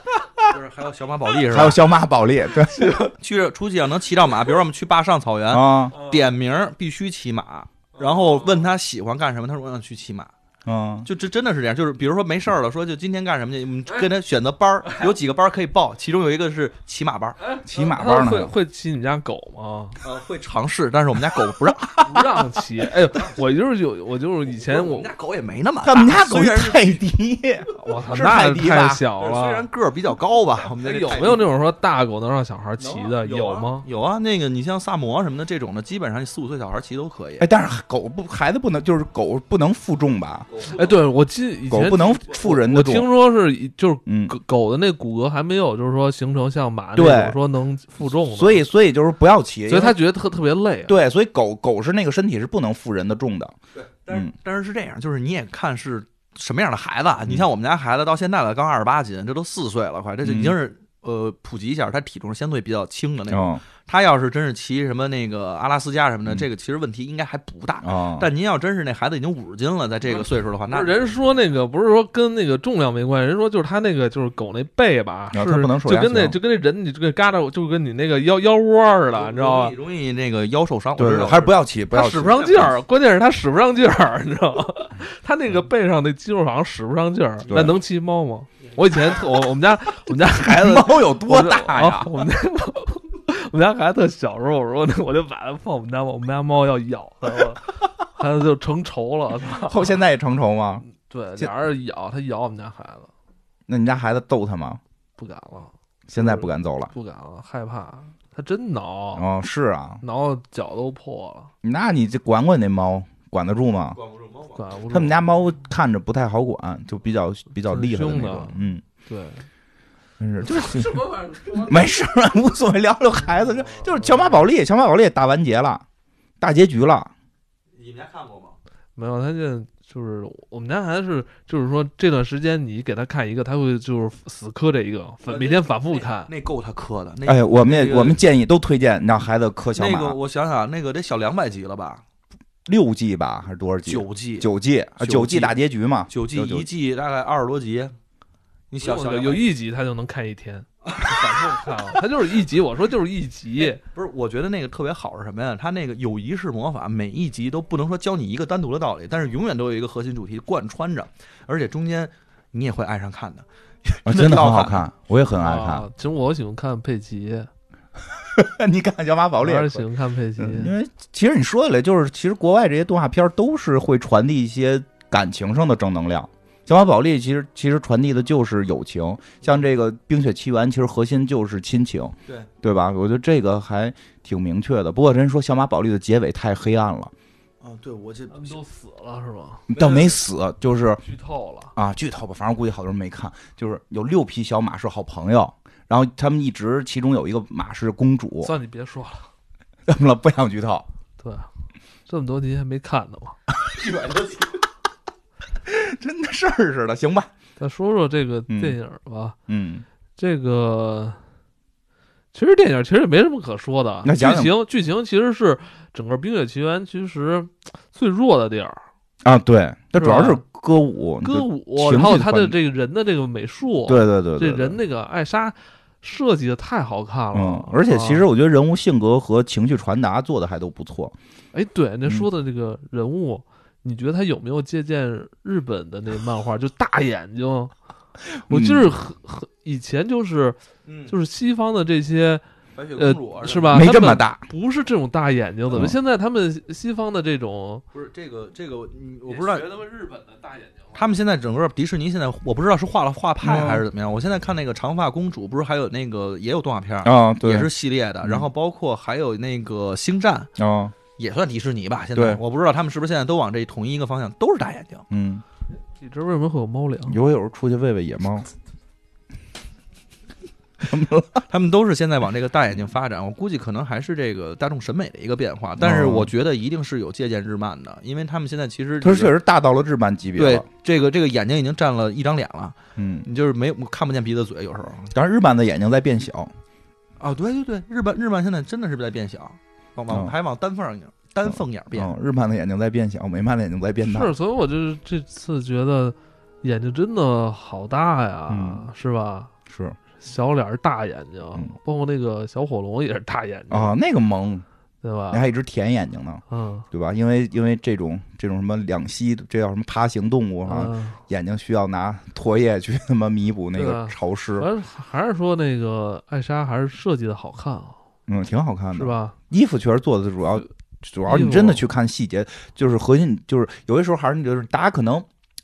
S2: 就是还有小马宝莉是吧？
S3: 还有小马宝莉，对
S2: 去这出去啊要能骑到马，比如说我们去坝上草原，
S3: 啊
S2: 点名儿必须骑马，然后问他喜欢干什么，他说我想去骑马。
S3: 嗯，
S2: 就这真的是这样，就是比如说没事儿了，说就今天干什么去，我们跟他选择班儿，有几个班儿可以报，其中有一个是骑马班儿，
S3: 骑
S1: 他
S3: 马班
S1: 会
S3: 呢，
S1: 会骑你们家狗吗？
S2: 呃，会尝试， 但是我们家狗不让，
S1: 不让骑。哎呦，我就是有，我就是以前
S2: 我
S1: 我
S2: 们家狗也没那么大，
S3: 他们家狗
S2: 虽然是
S3: 泰迪，
S1: 我操，
S3: 是
S1: 那
S3: 泰迪吧
S1: 太小
S2: 虽然哎
S1: 了。
S2: 个儿比较高吧，我们家这
S1: 有
S2: 泰迪
S1: 没有那种说大狗能让小孩骑的？
S2: 有啊
S1: 吗？？
S2: 有啊，那个你像萨摩什么的这种的，基本上你四五岁小孩骑都可以。
S3: 哎，但是狗不孩子不能就是狗不能负重吧，
S2: 啊
S1: 哎，对，我记得以
S3: 狗
S1: 前
S3: 不能负人
S1: 我
S3: 的
S1: 听
S3: 重，
S1: 说是以就是
S3: 嗯。
S1: 狗狗的那骨骼还没有，就是说形成像马那
S3: 对
S1: 种说能负重的，
S3: 所以，所以就是不要
S1: 所
S3: 骑，
S1: 以
S3: 因为
S1: 他觉得特特别累啊。
S3: 对，所以狗狗是那个身体是不能负人的重的，
S2: 但是
S3: 嗯
S2: 但是是这样，就是你也看是什么样的孩子啊。
S1: 嗯
S2: 你像我们家孩子到现在了，刚二十八斤，这都四岁了，快这就
S1: 嗯
S2: 已经是呃普及一下，他体重是相对比较轻的那
S1: 哦
S2: 种。
S3: 嗯
S2: 他要是真是骑什么那个阿拉斯加什么的，
S3: 嗯
S2: 这个其实问题应该还不
S1: 哦
S2: 大。
S3: 啊，
S2: 但您要真是那孩子已经五十斤了，在这个岁数的话，
S1: 不
S2: 那
S1: 是人说那个不是说跟那个重量没关系，人说就是他那个就是狗那背吧，
S3: 啊
S1: 是
S3: 它不能手
S1: 就
S3: 压
S1: 跟那
S3: 行
S1: 就跟那人你这个嘎达就跟你那个腰腰窝似的，你知道吧
S2: 容易？容易那个腰受伤。
S3: 对
S2: 我
S3: 对
S2: 知
S3: 对，
S2: 道
S3: 还是不要骑，不
S1: 他
S3: 要骑
S1: 使不上劲儿，关键是他使不上劲儿，你知道吗？他那个背上那肌肉好像使不上劲儿。
S3: 嗯对
S1: 那能骑猫吗？我以前特我我们 家我们家孩子
S3: 猫有多大呀
S1: 啊？ 我们家我们家孩子特小时候，我说我就把它放我们家猫，我们家猫要咬它了，孩子就成仇了。
S3: 后现在也成仇吗？
S1: 对，
S3: 这
S1: 俩人咬它咬我们家孩子，
S3: 那你家孩子揍他吗？
S1: 不敢了，
S3: 现在不敢揍了。
S1: 不敢了，害怕。它真挠，
S3: 哦，是啊，
S1: 挠得脚都破了，
S3: 那你这管管那猫，管得住吗？
S2: 管不住猫管
S1: 管不住。
S3: 他们家猫看着不太好管，就比较比较厉害那
S1: 挺凶
S3: 种
S1: 的。
S3: 嗯，
S1: 对，
S3: 真是就是
S1: 什么玩意儿？
S3: 没事儿，无所谓，聊聊孩子。就就是小马宝莉，小马宝莉打完结了，大结局了。
S2: 你们家看过吗？
S1: 没有，他现在就是我们家孩子是，就是说这段时间你给他看一个，他会就是死磕这一个，反每天反复看。
S2: 呃那够他磕的。那
S3: 哎，我们也
S2: 那个
S3: 我们建议都推荐让孩子磕小
S2: 那个
S3: 马，
S2: 我想啊想，那个得小两百集了吧？
S3: 六季吧，还是多少季？
S2: 九季，
S3: 九季，啊
S2: 九
S3: 九
S2: 季
S3: 季大结局嘛。
S2: 九季
S3: 有九
S2: 一季大概二十多集。你小小
S1: 有有一集他就能看一天，反复看啊，他就是一集。我说就是一 集，
S2: 哎不是？我觉得那个特别好是什么呀？他那个有仪式魔法，每一集都不能说教你一个单独的道理，但是永远都有一个核心主题贯穿着，而且中间你也会爱上看的。
S3: 啊真的很好
S2: 好
S3: 看，我也很爱
S1: 啊。其实我喜欢看佩奇，
S3: 看。 你看小马宝
S1: 我
S3: 莉也
S1: 还
S3: 磕
S1: 是喜欢看佩奇。
S3: 嗯因为其实你说起来，就是其实国外这些动画片儿都是会传递一些感情上的正能量。小马宝莉其实其实传递的就是友情，像这个《冰雪奇缘》其实核心就是亲情，
S2: 对
S3: 对吧？我觉得这个还挺明确的。不过人说小马宝莉的结尾太黑暗了，
S2: 啊，对我这
S1: 他嗯 们都死了是吗？
S3: 倒没死，就是
S1: 剧透了。
S3: 啊，剧透吧，反正估计好多人没看，就是有六匹小马是好朋友，然后他们一直其中有一个马是公主，
S1: 算你别说了，
S3: 怎么了？不想剧透。
S1: 对，啊这么多集还没看呢嘛。
S3: 真的事儿似的，行吧？
S1: 再说说这个
S3: 嗯
S1: 电影吧，
S3: 嗯，
S1: 这个其实电影其实也没什么可说的啊，
S3: 那讲讲
S1: 剧情剧情其实是整个《冰雪奇缘》其实最弱的地儿，
S3: 啊，对，它主要
S1: 是
S3: 是
S1: 吧
S3: 歌舞，你就
S1: 歌舞，
S3: 嗯情绪
S1: 然后他的
S3: 环
S1: 这个人的这个美术，
S3: 对对对，
S1: 这
S3: 对
S1: 人那个艾莎设计的太好看了。啊
S3: 嗯，而且其实我觉得人物性格和情绪传达做的还都不错。
S1: 哎，对，
S3: 嗯
S1: 那说的这个人物，你觉得他有没有借鉴日本的那漫画？就大眼 睛，我
S3: 嗯
S1: 就是很很以前就是
S2: 嗯
S1: 就是西方的这些
S2: 白雪
S1: 公
S2: 主啊
S1: 是？吧？
S3: 没
S1: 他
S3: 这
S1: 们
S3: 么大，
S1: 不是这种大眼睛，怎么
S3: 嗯
S1: 现在他们西方的这种，
S2: 不是这个这个，嗯我不知道。
S1: 他们日本的大眼睛，啊
S2: 他们现在整个迪士尼现在我不知道是画了画派
S1: 嗯
S2: 还是怎么样。我现在看那个长发公主，不是还有那个也有动画片儿，
S3: 啊，对，
S2: 也是系列的，
S3: 嗯
S2: 然后包括还有那个星战
S3: 啊，
S2: 也算迪士尼吧。现
S3: 对
S2: 在我不知道他们是不是现在都往这同一个方向，都是大眼睛。啊
S3: 嗯，
S1: 你知道为什么会有猫粮？
S3: 有有时候出去喂喂野 猫。
S2: 他们都是现在往这个大眼睛发展，我估计可能还是这个大众审美的一个变化，但是
S3: 哦
S2: 我觉得一定是有借鉴日漫的，因为他们现在其实
S3: 它
S2: 这
S3: 确
S2: 个
S3: 实大到了日漫级别
S2: 对
S3: 了。
S2: 这个这个眼睛已经占了一张脸了，
S3: 嗯，
S2: 你就是没有看不见鼻子嘴有时候
S3: 当然日漫的眼睛在变小。
S2: 啊，对对对，日本日漫现在真的是在变小，往往、
S3: 哦
S2: 还往单缝眼单缝眼变，
S3: 嗯，日漫的眼睛在变小，美漫的眼睛在变大。
S1: 是，所以我就是这次觉得眼睛真的好大呀，
S3: 嗯
S1: 是吧？
S3: 是
S1: 小脸儿大眼睛，
S3: 嗯
S1: 包括那个小火龙也是大眼睛，
S3: 啊，那个萌，
S1: 对
S3: 那
S1: 吧？
S3: 还一直舔眼睛呢，
S1: 嗯，
S3: 对吧？因为因为这种这种什么两栖，这叫什么爬行动物啊，
S1: 嗯
S3: 眼睛需要拿唾液去他妈弥补那
S1: 对
S3: 个
S1: 啊
S3: 潮湿。
S1: 反正还是说那个艾莎还是设计的好看啊，
S3: 嗯，挺好看的，
S1: 是吧？
S3: 衣服确实做的主要，主要
S1: 衣服
S3: 你真的去看细节，就是核心，就是有些时候还是就是大家可能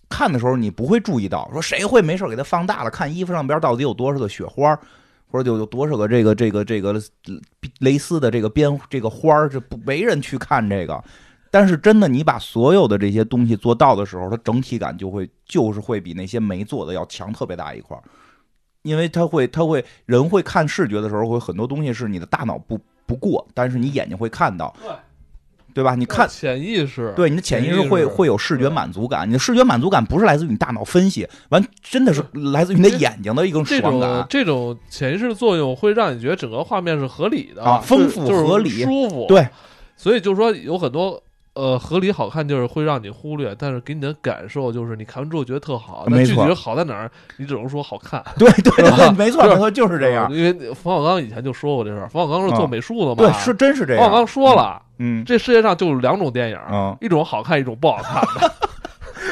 S3: 看的时候你不会注意到，说谁会没事给它放大了看衣服上边到底有多少个雪花，或者有有多少个这个这个这个呃蕾丝的这个边这个花儿，这不没人去看这个。但是真的，你把所有的这些东西做到的时候，它整体感就会就是会比那些没做的要强特别大一块儿，因为它会它会人会看视觉的时候，会很多东西是你的大脑不不过，但是你眼睛会看到，
S1: 对
S3: 对吧？你看
S1: 潜意识，
S3: 对，你的潜意识
S1: 潜意识
S3: 会会有视觉满足感，你的视觉满足感不是来自于你大脑分析，完真的是来自于你的眼睛的一种
S1: 这
S3: 爽
S1: 种
S3: 感。
S1: 这种潜意识作用会让你觉得整个画面是合理的
S3: 啊丰富
S1: 就是
S3: 合理
S1: 舒服。
S3: 对，
S1: 所以就是说有很多呃合理好看，就是会让你忽略，但是给你的感受就是你看完之后觉得特好，但
S3: 没
S1: 具
S3: 错
S1: 体是好在哪儿，你只能说好看。
S3: 对对
S1: 是吧
S3: 对，没错
S1: 是吧
S3: 没错，就是这样。
S1: 因为冯小刚以前就说过这事儿，冯小刚是做
S3: 啊
S1: 美术的嘛，
S3: 对，是真是这
S1: 冯小刚
S3: 样。
S1: 说了，
S3: 嗯
S1: 这世界上就有两种电影，
S3: 嗯，
S1: 一种好看，一种不好看的。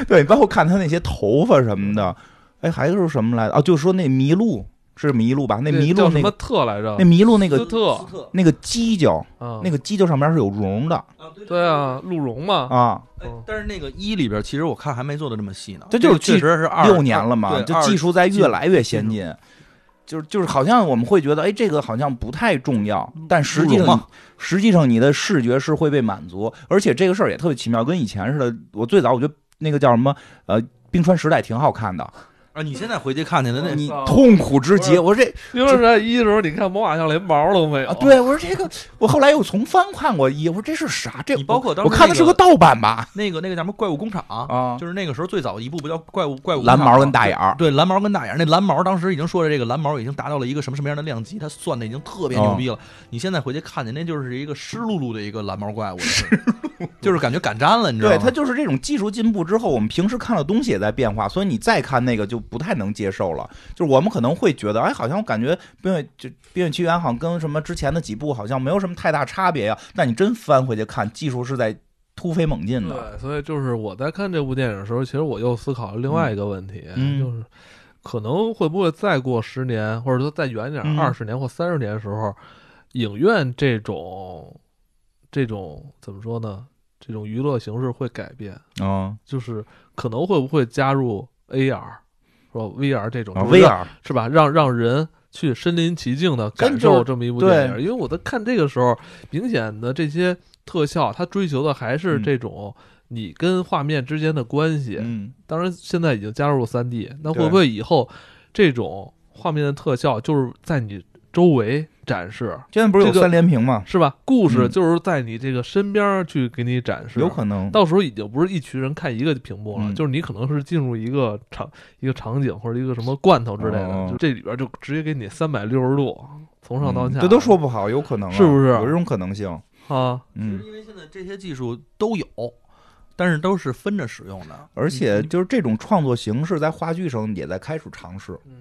S3: 对，包括看他那些头发什么的，哎，还有什么来着？啊，就说那麋鹿是麋鹿吧？ 那麋
S1: 叫
S3: 鹿
S1: 什
S3: 那
S1: 么
S3: 个
S1: 特来着
S3: 那？麋鹿那
S1: 斯
S3: 个
S1: 特，
S2: 特
S3: 那个犄角，
S1: 啊，
S3: 那个犄角上面是有绒的
S2: 啊，对
S1: 对啊，鹿茸嘛，
S3: 啊，
S2: 哎
S1: 嗯
S2: 但是那个一里边，其实我看还没做的这么细呢。
S3: 这就是
S2: 确
S3: 技
S2: 实是二
S3: 六年了嘛，
S2: 对
S3: 就
S2: 二
S3: 技术在
S2: 技术
S3: 越来越先进，就是就是好像我们会觉得，哎，这个好像不太重要，但实际
S2: 不容
S3: 上实际上你的视觉是会被满足，而且这个事儿也特别奇妙，跟以前似的。我最早我觉得那个叫什么呃。冰川时代挺好看的，
S2: 啊！你现在回去看去，那 那
S3: 你
S1: 操
S3: 痛苦之极。我说这
S1: 因为在一的时候，你看猛犸象连毛都没有。
S3: 啊，，对我说这个，我后来又重翻看过一，我说这是啥？这
S2: 你包括当
S3: 我
S2: 时
S3: 看的
S2: 那
S3: 是个
S2: 个
S3: 盗版吧？
S2: 那个那个叫什么怪物工厂
S3: 啊
S2: 就是那个时候最早一部不叫怪物怪物工
S3: 蓝
S2: 厂
S3: 毛
S2: 吗
S3: 跟大眼儿，
S2: 对蓝毛跟大眼儿，那蓝毛当时已经说的这个蓝毛已经达到了一个什么什么样的量级，他算的已经特别
S3: 嗯
S2: 牛逼了。你现在回去看去，那就是一个湿漉漉的一个蓝毛怪物，就是感觉赶粘了，你知道
S3: 对，
S2: 吗？
S3: 它就是这种技术进步之后，我们平时看的东西也在变化，所以你再看那个就不太能接受了。就是我们可能会觉得，哎，好像我感觉《冰雪》就《冰雪奇缘》好像跟什么之前的几部好像没有什么太大差别呀、但你真翻回去看，技术是在突飞猛进的。
S1: 对，所以就是我在看这部电影的时候，其实我又思考了另外一个问题，
S3: 嗯
S1: 就是可能会不会再过十年，或者说再远一点，
S3: 嗯
S1: 二十、年或三十年的时候，影院这种这种怎么说呢？这种娱乐形式会改变，
S3: 嗯
S1: 就是可能会不会加入 AR，是吧？VR 这种、
S3: 啊
S1: 就是让
S3: ，VR
S1: 是吧？让让人去身临其境的感
S3: 真就
S1: 受
S3: 是
S1: 这么一部电影，
S3: 对
S1: 因为我在看这个时候，明显的这些特效，它追求的还是
S3: 嗯
S1: 这种你跟画面之间的关系。
S3: 嗯，
S1: 当然，现在已经加入三 D，那
S3: 对
S1: 会不会以后这种画面的特效就是在你周围展示，
S3: 现在不是有
S1: 这个
S3: 三连屏吗？
S1: 是吧？故事
S3: 嗯
S1: 就是在你这个身边儿去给你展示，
S3: 有可能。
S1: 到时候已经不是一群人看一个屏幕了，
S3: 嗯
S1: 就是你可能是进入一个场、一个场景或者一个什么罐头之类的，
S3: 哦
S1: 就这里边就直接给你三百六十度从上到
S3: 嗯
S1: 下，
S3: 这都说不好，有可能啊、
S1: 是不是
S3: 有这种可能性？
S1: 啊，
S2: 其
S3: 嗯
S2: 实，因为现在这些技术都有，但是都是分着使用的。
S1: 嗯
S3: 而且就是这种创作形式在话剧上也在开始尝试。
S1: 嗯，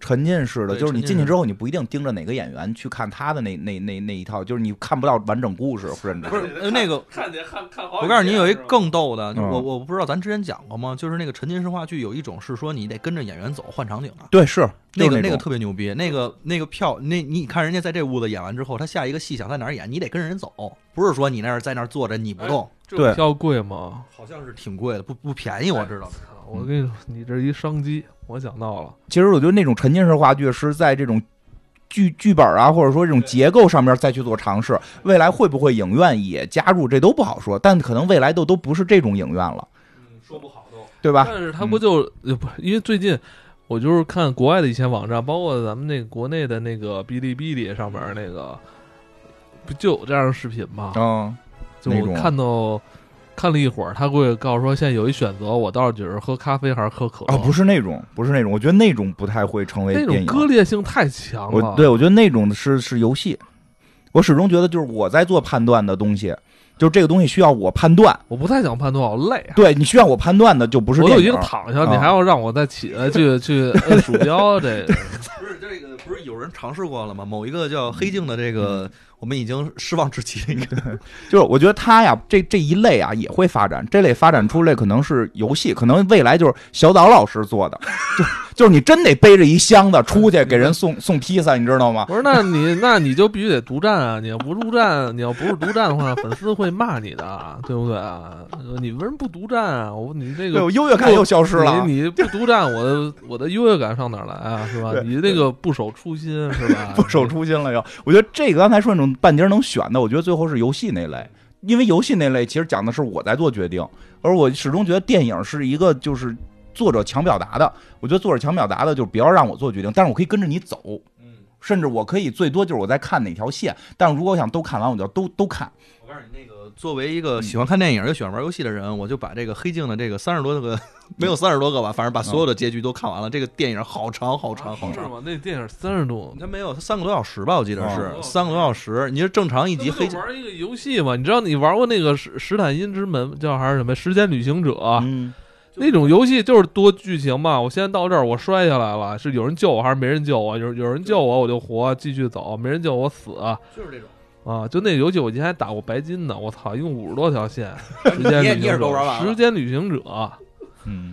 S3: 沉浸式的，
S2: 对
S3: 就是你
S2: 沉
S3: 进
S2: 浸
S3: 去
S2: 式
S3: 之后，你不一定盯着哪个演员去看他的那那那那一套，就是你看不到完整故事，甚至
S2: 不是呃那个
S1: 看见看看好
S2: 我告诉你，有一更逗的，
S3: 嗯
S2: 我我不知道咱之前讲过吗？就是那个沉浸式话剧，有一种是说你得跟着演员走换场景啊。
S3: 对是
S2: 那个
S3: 那
S2: 那个
S3: 种
S2: 特别牛逼，那个那个票，那你看人家在这屋子演完之后，他下一个戏想在哪儿演，你得跟着人走，不是说你那儿在那儿坐着你不动，
S3: 对
S1: 票贵吗？
S2: 哎
S1: 哎
S2: 好像是哎挺贵的，不不便宜，我知道。
S1: 我跟你说，你这一商机，我想到了。
S3: 其实我觉得那种沉浸式话剧是在这种剧剧本啊，或者说这种结构上面再去做尝试。未来会不会影院也加入，这都不好说。但可能未来都都不是这种影院了，
S1: 嗯，说不好都。
S3: 对
S2: 啊
S3: 吧？
S1: 但是他不就呃不是？因为最近我就是看国外的一些网站，包括咱们那个国内的那个哔哩哔哩上面那个，不就有这样的视频吗？
S3: 嗯，
S1: 就
S3: 那
S1: 我
S3: 种
S1: 看到看了一会儿，他会告诉说现在有一选择，我倒是觉得喝咖啡还是喝可乐。
S3: 啊，不是那种，不是那种，我觉得那种不太会成为
S1: 那
S3: 电
S1: 种
S3: 影。
S1: 割裂性太强啊
S3: 我
S1: 了。
S3: 对我觉得那种是是游戏。我始终觉得就是我在做判断的东西，就是这个东西需要我判断。
S1: 我不太想判断，好累啊。
S3: 对你需要我判断的就不是
S1: 哎我都
S3: 电
S1: 已经
S3: 影。
S1: 躺下，你
S3: 啊
S1: 还要让我再起来 去去摁鼠标，这个
S2: 不是这个，不是有人尝试过了吗？某一个叫黑镜的这个，我们已经失望至极了，应该。
S3: 就是我觉得它呀，这这一类啊也会发展，这类发展出来可能是游戏，可能未来就是小岛老师做的， 就就是你真得背着一箱子出去给人送送披萨，你知道吗？
S1: 我说，那你 那你就必须得独占啊！你要不入占，你要不是独占的话，粉丝会骂你的啊，对不对啊？呃你为什么不独占啊？我你这
S3: 对，
S1: 个
S3: 我优越感又消失了。
S1: 你你不独占，我的我的优越感上哪儿来啊？是吧？
S3: 对？
S1: 你这个不守初心是吧
S3: 不守初心了又。我觉得这个刚才说那种半截儿能选的，我觉得最后是游戏那类，因为游戏那类其实讲的是我在做决定，而我始终觉得电影是一个就是作者强表达的，我觉得作者强表达的就是不要让我做决定，但是我可以跟着你走，
S2: 嗯
S3: 甚至我可以最多就是我在看哪条线，但如果我想都看完，我就都都看。
S2: 我告诉你，那个作为一个喜欢看电影又喜欢玩游戏的人，我就把这个黑镜的这个三十多个，没有三十多个吧，反正把所有的结局都看完了。这个电影好长好长好
S1: 啊是
S2: 长，
S1: 吗？那电影三十度，
S2: 它没有，它三个多小时吧，我记得是、
S1: 哦
S2: 三个多小时。你是正常一集
S1: 你
S2: 黑镜，
S1: 玩一个游戏嘛？你知道你玩过那个史史坦因之门叫还是什么《时间旅行者》啊
S3: 嗯，
S1: 那种游戏就是多剧情嘛，我现在到这儿，我摔下来了，是有人救我还是没人救我？有有人救我我就活，继续走；没人救我死啊！
S2: 就是这种。
S1: 就那游戏我以前还打过白金呢，我操，一共五十多条 线。时间
S2: 你也
S1: 旅行者
S2: 你也是都玩完了
S1: 时间旅行者，啊
S3: 嗯，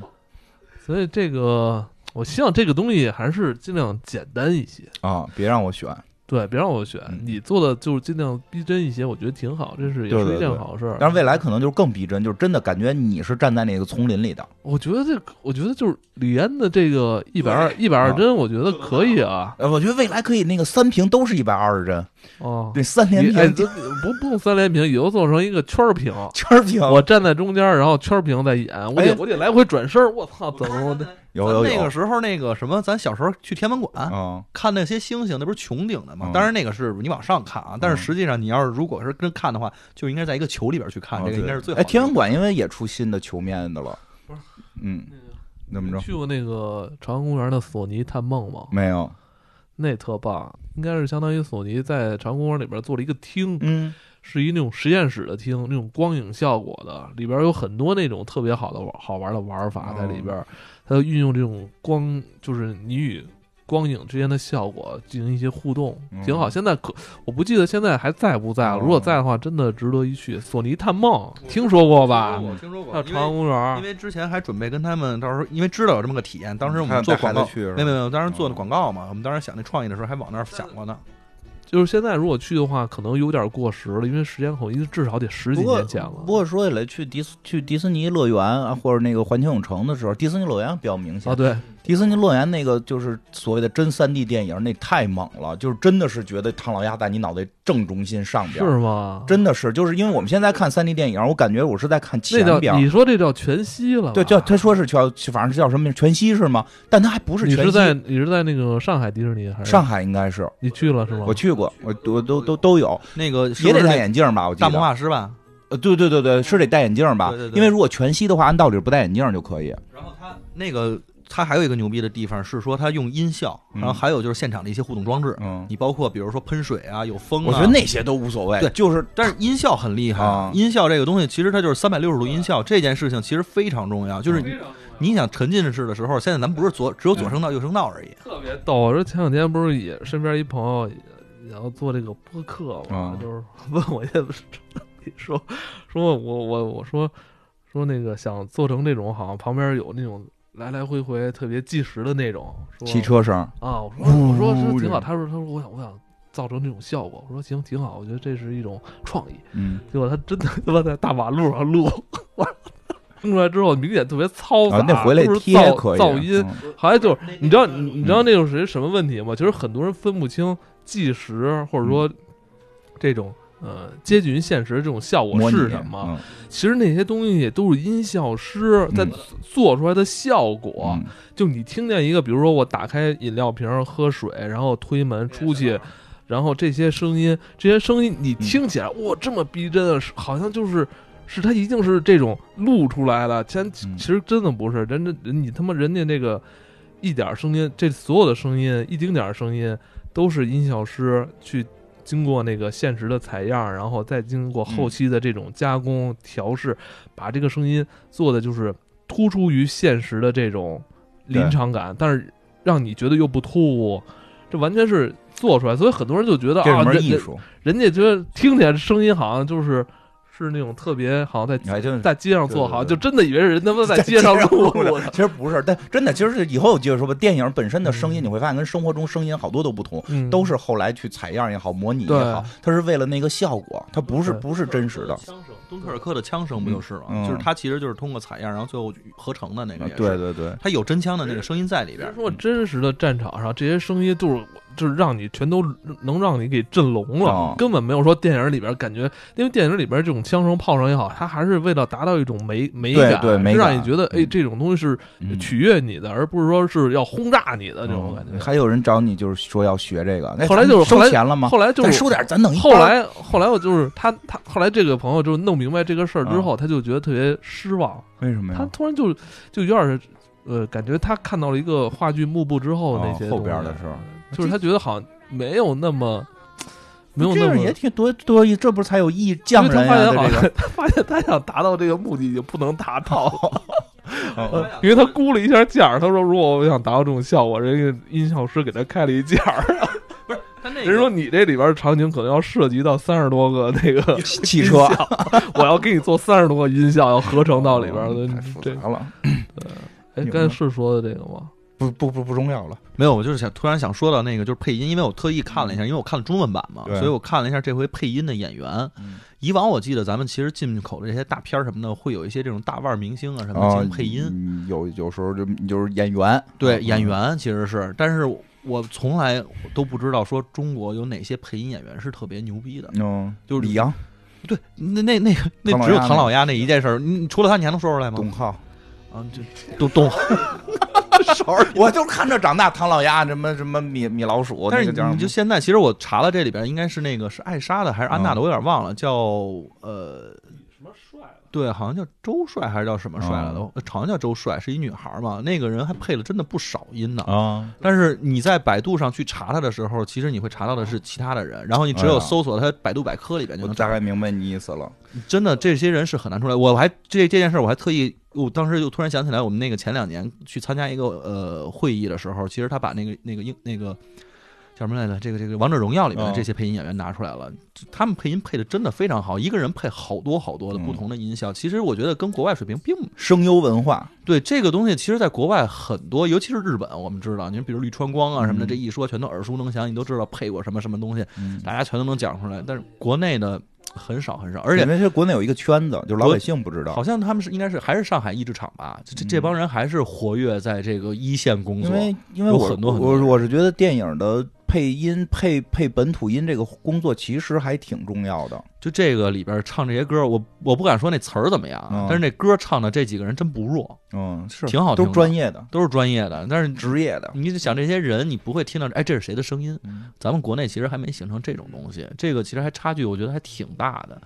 S1: 所以这个我希望这个东西还是尽量简单一些，
S3: 啊，别让我选，
S1: 对，别让我选，
S3: 嗯
S1: 你做的就是尽量逼真一些，我觉得挺好，这是也
S3: 对
S1: 是
S3: 对
S1: 一
S3: 对
S1: 件好事儿。
S3: 但是未来可能就是更逼真，就是真的感觉你是站在那个丛林里的。
S1: 我觉得这个，我觉得就是李安的这个一百二一百二
S3: 啊
S1: 帧，我觉得可以啊，
S3: 呃，我觉得未来可以那个三屏都是一百二十帧，
S1: 哦。
S3: 对，三连
S1: 你哎，
S3: 屏
S1: 这不不用三连屏，以后做成一个圈儿屏。
S3: 圈儿屏。
S1: 我站在中间，然后圈儿屏在演，我得、
S3: 哎
S1: 我得来回转身儿。我操，怎么的？
S3: 有有
S2: 那
S3: 有
S2: 个时候那个什么，咱小时候去天文馆、
S3: 嗯
S2: 看那些星星，那不是穹顶的吗
S3: 嗯？
S2: 当然那个是你往上看啊，但
S3: 嗯
S2: 是实际上你要是如果是真看的话，就应该在一个球里边去
S1: 啊
S2: 看，
S3: 哦
S2: 这个
S3: 对
S2: 应该是最好
S3: 哎，
S2: 的。
S3: 天文馆因为也出新的球面的了，
S1: 不是
S3: 嗯，怎么着？嗯
S1: 去过那个朝阳公园的索尼探梦吗？
S3: 没有，
S1: 那特棒，应该是相当于索尼在朝阳公园里边做了一个厅，
S3: 嗯，
S1: 是一那种实验室的厅，那种光影效果的，里边有很多那种特别好的玩好玩的玩法在里
S3: 哦
S1: 边，它运用这种光，就是你与光影之间的效果进行一些互动，
S3: 嗯
S1: 挺好。现在可我不记得现在还在不在了，
S3: 哦
S1: 如果在的话，真的值得一去。索尼探梦听说过吧？
S3: 哦
S2: 我听说过，
S1: 还有
S2: 因
S1: 朝
S2: 为
S1: 阳公
S2: 因
S1: 园，
S2: 为之前还准备跟他们到时候，因为知道有这么个体验，当时我
S3: 还有
S2: 们做
S3: 带孩
S2: 广
S3: 子
S2: 告，
S3: 去是吧哦
S2: 没有没有，当时做的广告嘛，我们当时想那创意的时候还往那儿想过呢。
S1: 就是现在如果去的话，可能有点过时了，因为时间很，因为至少得十几
S3: 不过
S1: 年前了
S3: 不。过说起来，去迪斯去迪士尼乐园啊，或者那个环球影城的时候，迪士尼乐园比较明
S1: 啊，
S3: 显。
S1: 对，
S3: 迪士尼乐园那个就是所谓的真三 D 电影，那太猛了，就是真的是觉得唐老鸭在你脑袋正中心上边
S1: 是
S3: 儿，
S1: 吗？
S3: 真的是，就是因为我们现在看三 D 电影，我感觉我是在看前
S1: 那
S3: 边
S1: 叫
S3: 儿。
S1: 你说这叫全息了吧？
S3: 对，叫他说是叫，反正是叫什么名全息是吗？但他还不是
S1: 你
S3: 全
S1: 是
S3: 息。
S1: 在你是在那个上海迪士尼还是
S3: 上海应该是
S1: 你去了是吗？
S3: 我去过，我我都都都有，
S2: 那个是
S3: 也
S2: 不
S3: 得
S2: 是
S3: 戴
S2: 那
S3: 眼镜吧？我记
S2: 大魔
S3: 得，
S2: 法师吧？
S3: 呃，对对对对，是得戴眼镜吧？
S2: 对对对
S3: 因为如果全息的话，按道理是不戴眼镜就可以。
S2: 然后他那个它还有一个牛逼的地方是说它用音效，
S3: 嗯
S2: 然后还有就是现场的一些互动装置，
S3: 嗯，
S2: 你包括比如说喷水啊，有风啊，
S3: 我觉得那些都无所谓，
S2: 对
S3: 就是
S2: 但是音效很厉害，
S3: 啊
S2: 音效这个东西其实它就是三百六十度音效，这件事情其实非常重要。就是你你想沉浸式的时候，现在咱们不是左只有左声
S3: 嗯
S2: 道右声道而已，
S1: 特别逗。我说前两天不是也身边一朋友也也要做这个播客嘛，
S3: 啊
S1: 就是问我一些问题，说说我我我说说那个想做成这种，好像旁边有那种来来回回特别计时的那种说
S3: 汽车声，
S1: 啊。我说我说
S3: 呜
S1: 是
S3: 这
S1: 挺好，
S3: 种
S1: 他说他说我想我想造成这种效果，我说行挺好，我觉得这是一种创意。
S3: 嗯，
S1: 结果他真的他妈在大马路 上录，我说弄出来之后明显特别嘈杂，
S3: 啊，那回来
S1: 就是
S3: 贴
S1: 噪
S3: 可以，
S1: 噪音。
S3: 嗯
S1: 好像就是你知道你你知道那种是什么问题吗？就是很多人分不清计时或者说
S3: 嗯
S1: 这种呃接近于现实这种效果
S3: 模拟
S1: 是什么。
S3: 嗯
S1: 其实那些东西都是音效师在
S3: 嗯
S1: 做出来的效果。
S3: 嗯
S1: 就你听见一个，比如说我打开饮料瓶喝水，然后推门出去。然后这些声音，这些声音你听起来，哇，这么逼真啊，是好像就是，是它一定是这种录出来的。其实
S3: 嗯
S1: 其实真的不是，人家人你他妈人家那个一点儿声音，这所有的声音，一丁点儿声音，都是音效师去经过那个现实的采样，然后再经过后期的这种加工调试，把这个声音做的就是突出于现实的这种临场感，但是让你觉得又不突兀，这完全是做出来。所以很多人就觉得
S3: 这
S1: 啊，
S3: 是门
S1: 人
S3: 艺
S1: 人
S3: 术，
S1: 人家觉得听起来声音好像就是是那种特别好像
S3: 你
S1: 在
S3: 还真是
S1: 在街上做好，
S3: 对对对
S1: 就真的以为人他妈在街上录
S3: 的
S1: 的。
S3: 其实不是，但真的，其实是以后有机会说吧，电影本身的声音，你会发现跟生活中声音好多都不同，
S1: 嗯
S3: 都是后来去采样也好，模拟也好
S1: 对，
S3: 它是为了那个效果，它不是
S1: 对
S3: 不是真实的。
S2: 敦刻尔克的枪声不就是吗？
S3: 嗯
S2: 就是它其实就是通过采样，然后最后合成的那个
S3: 啊
S2: 也是，
S3: 对对对，
S2: 它有真枪的那个声音在里
S1: 其
S2: 边
S1: 实。说真实的战场上，这些声音都是就是让你全都能让你给震聋了，
S3: 哦
S1: 根本没有说电影里边感觉，因为电影里边这种枪声、炮声也好，它还是为了达到一种美美
S3: 对
S1: 感，
S3: 对美
S1: 是让
S3: 感
S1: 你觉得哎
S3: 嗯
S1: 这种东西是
S3: 嗯
S1: 取悦你的，而不是说是要轰炸你的这种感
S3: 嗯
S1: 觉。
S3: 还有人找你就是说要学这个，那
S1: 后来就是
S3: 咱
S1: 后
S3: 们
S1: 来
S3: 收钱了吗？
S1: 后来就
S3: 咱
S1: 是
S3: 收点，咱弄一
S1: 后
S3: 包
S1: 来后来我就是他他后来这个朋友就弄明白这个事儿之后，他就觉得特别失望，
S3: 为什么
S1: 他
S3: 啊哎呀？
S1: 突然就就有点儿呃，感觉他看到了一个话剧幕布之后那些、
S3: 哦后边的时候，
S1: 就是他觉得好像没有那么没有
S3: 这
S1: 那
S3: 样
S1: 么
S3: 也。挺多多意，这不是才有意匠
S1: 因为他
S3: 人
S1: 发现
S3: 呀？
S1: 好
S3: 这
S1: 像
S3: 个
S1: 他发现他想达到这个目的已经不能达到了，
S3: 哦
S1: 因为他估了一下价儿，他说如果我想达到这种效果，人家音效师给他开了一价儿，
S2: 他那
S1: 人说你这里边儿场景可能要涉及到三十多个那个
S3: 汽车
S1: 音效， 我要给你做三十多个音效，要合成哦到里边儿。
S3: 哦
S1: 那
S3: 太复
S1: 这
S3: 杂了，
S1: 哎，
S3: 牛
S1: 刚才
S3: 了
S1: 是说的这个吗？
S3: 不不不不重要了。
S2: 没有，我就是想突然想说到那个，就是配音，因为我特意看了一下，因为我看了中文版嘛，
S3: 嗯对
S2: 所以我看了一下这回配音的演员。
S3: 嗯
S2: 以往我记得咱们其实进口的这些大片儿什么的，会有一些这种大腕儿明星啊什么进行配音。
S3: 嗯有有时候就就是演员，
S2: 对，
S3: 嗯
S2: 演员其实是，但是我从来都不知道说中国有哪些配音演员是特别牛逼的。
S3: 嗯，
S2: 就是
S3: 李阳、
S2: 对，那那那个那
S3: 唐老
S2: 只有
S3: 鸭
S2: 唐老鸭那一件事儿，你你除了他你还能说出来吗？
S3: 董浩，
S2: 啊，这都 懂。
S3: 我就看着长大，唐老鸭什么什么米米老鼠，
S2: 但
S3: 那
S2: 是
S3: 个叫什么
S2: 你就现在，其实我查了这里边应该是那个是艾莎的还是安
S3: 哦
S2: 娜的，我有点忘了，叫呃
S1: 什么帅了？
S2: 对，好像叫周帅还是叫什么帅来
S3: 哦
S2: 的，好像叫周帅，是一女孩嘛。那个人还配了真的不少音呢。
S3: 啊，
S2: 但是你在百度上去查他的时候，其实你会查到的是其他的人，然后你只
S3: 哎呀
S2: 有搜索他百度百科里边就
S3: 我
S2: 能
S3: 大
S2: 找。
S3: 概明白你意思了。
S2: 真的，这些人是很难出来。我还这这件事，我还特意，我当时就突然想起来，我们那个前两年去参加一个呃会议的时候，其实他把那个那个英那个叫什么来着，这个这个《王者荣耀》里面的
S3: 嗯
S2: 这些配音演员拿出来了，他们配音配的真的非常好，一个人配好多好多的不同的音效。其实我觉得跟国外水平并不
S3: 声优文化，
S2: 对这个东西，其实在国外很多，尤其是日本，我们知道，你比如绿川光啊什么的，
S3: 嗯
S2: 这一说全都耳熟能详，你都知道配过什么什么东西，
S3: 嗯
S2: 大家全都能讲出来。但是国内的很少很少，而
S3: 因
S2: 且
S3: 为这国内有一个圈子，就是老
S2: 国
S3: 百姓不知道
S2: 好，像他们是应该是还是上海译制厂吧，这这
S3: 嗯
S2: 这帮人还是活跃在这个一线工
S3: 因
S2: 作。
S3: 为因为
S2: 有
S3: 我
S2: 很多很多
S3: 我
S2: 人
S3: 我是觉得电影的配音配配本土音这个工作其实还挺重要的，
S2: 就这个里边唱这些歌，我我不敢说那词儿怎么样啊，
S3: 嗯
S2: 但是那歌唱的这几个人真不弱，
S3: 嗯，是
S2: 挺好听
S3: 都是
S2: 的，
S3: 专业的、
S2: 都是专业的。但是
S3: 职业的，
S2: 你就想这些人，你不会听到哎这是谁的声音？
S3: 嗯
S2: 咱们国内其实还没形成这种东西，这个其实还差距，我觉得还挺大的。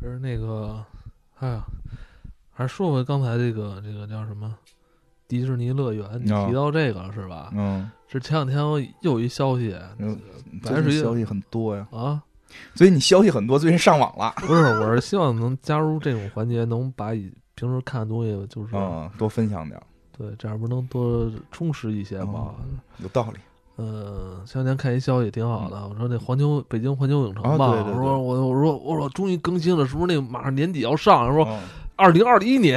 S1: 就是那个，哎呀，还是说回刚才这个这个叫什么迪士尼乐园，你
S3: 啊
S1: 提到这个了是吧？
S3: 嗯，
S1: 是前两天又有一消息
S3: 嗯
S1: 白水
S3: 最近消息很多呀，
S1: 啊，
S3: 最近你消息很多，最近上网了，
S1: 不是，我是希望能加入这种环节，能把以平时看的东西就是、
S3: 嗯，多分享点儿，
S1: 对，这样不能多充实一些
S3: 哦
S1: 吗？
S3: 有道理。
S1: 嗯，前两天看一消息挺好的，我说那环球北京环球影城
S3: 嗯啊
S1: 吧，
S3: 对对对
S1: 我说我我说我说终于更新了，是不是那马上年底要上？说
S3: 嗯
S1: 二零二一年，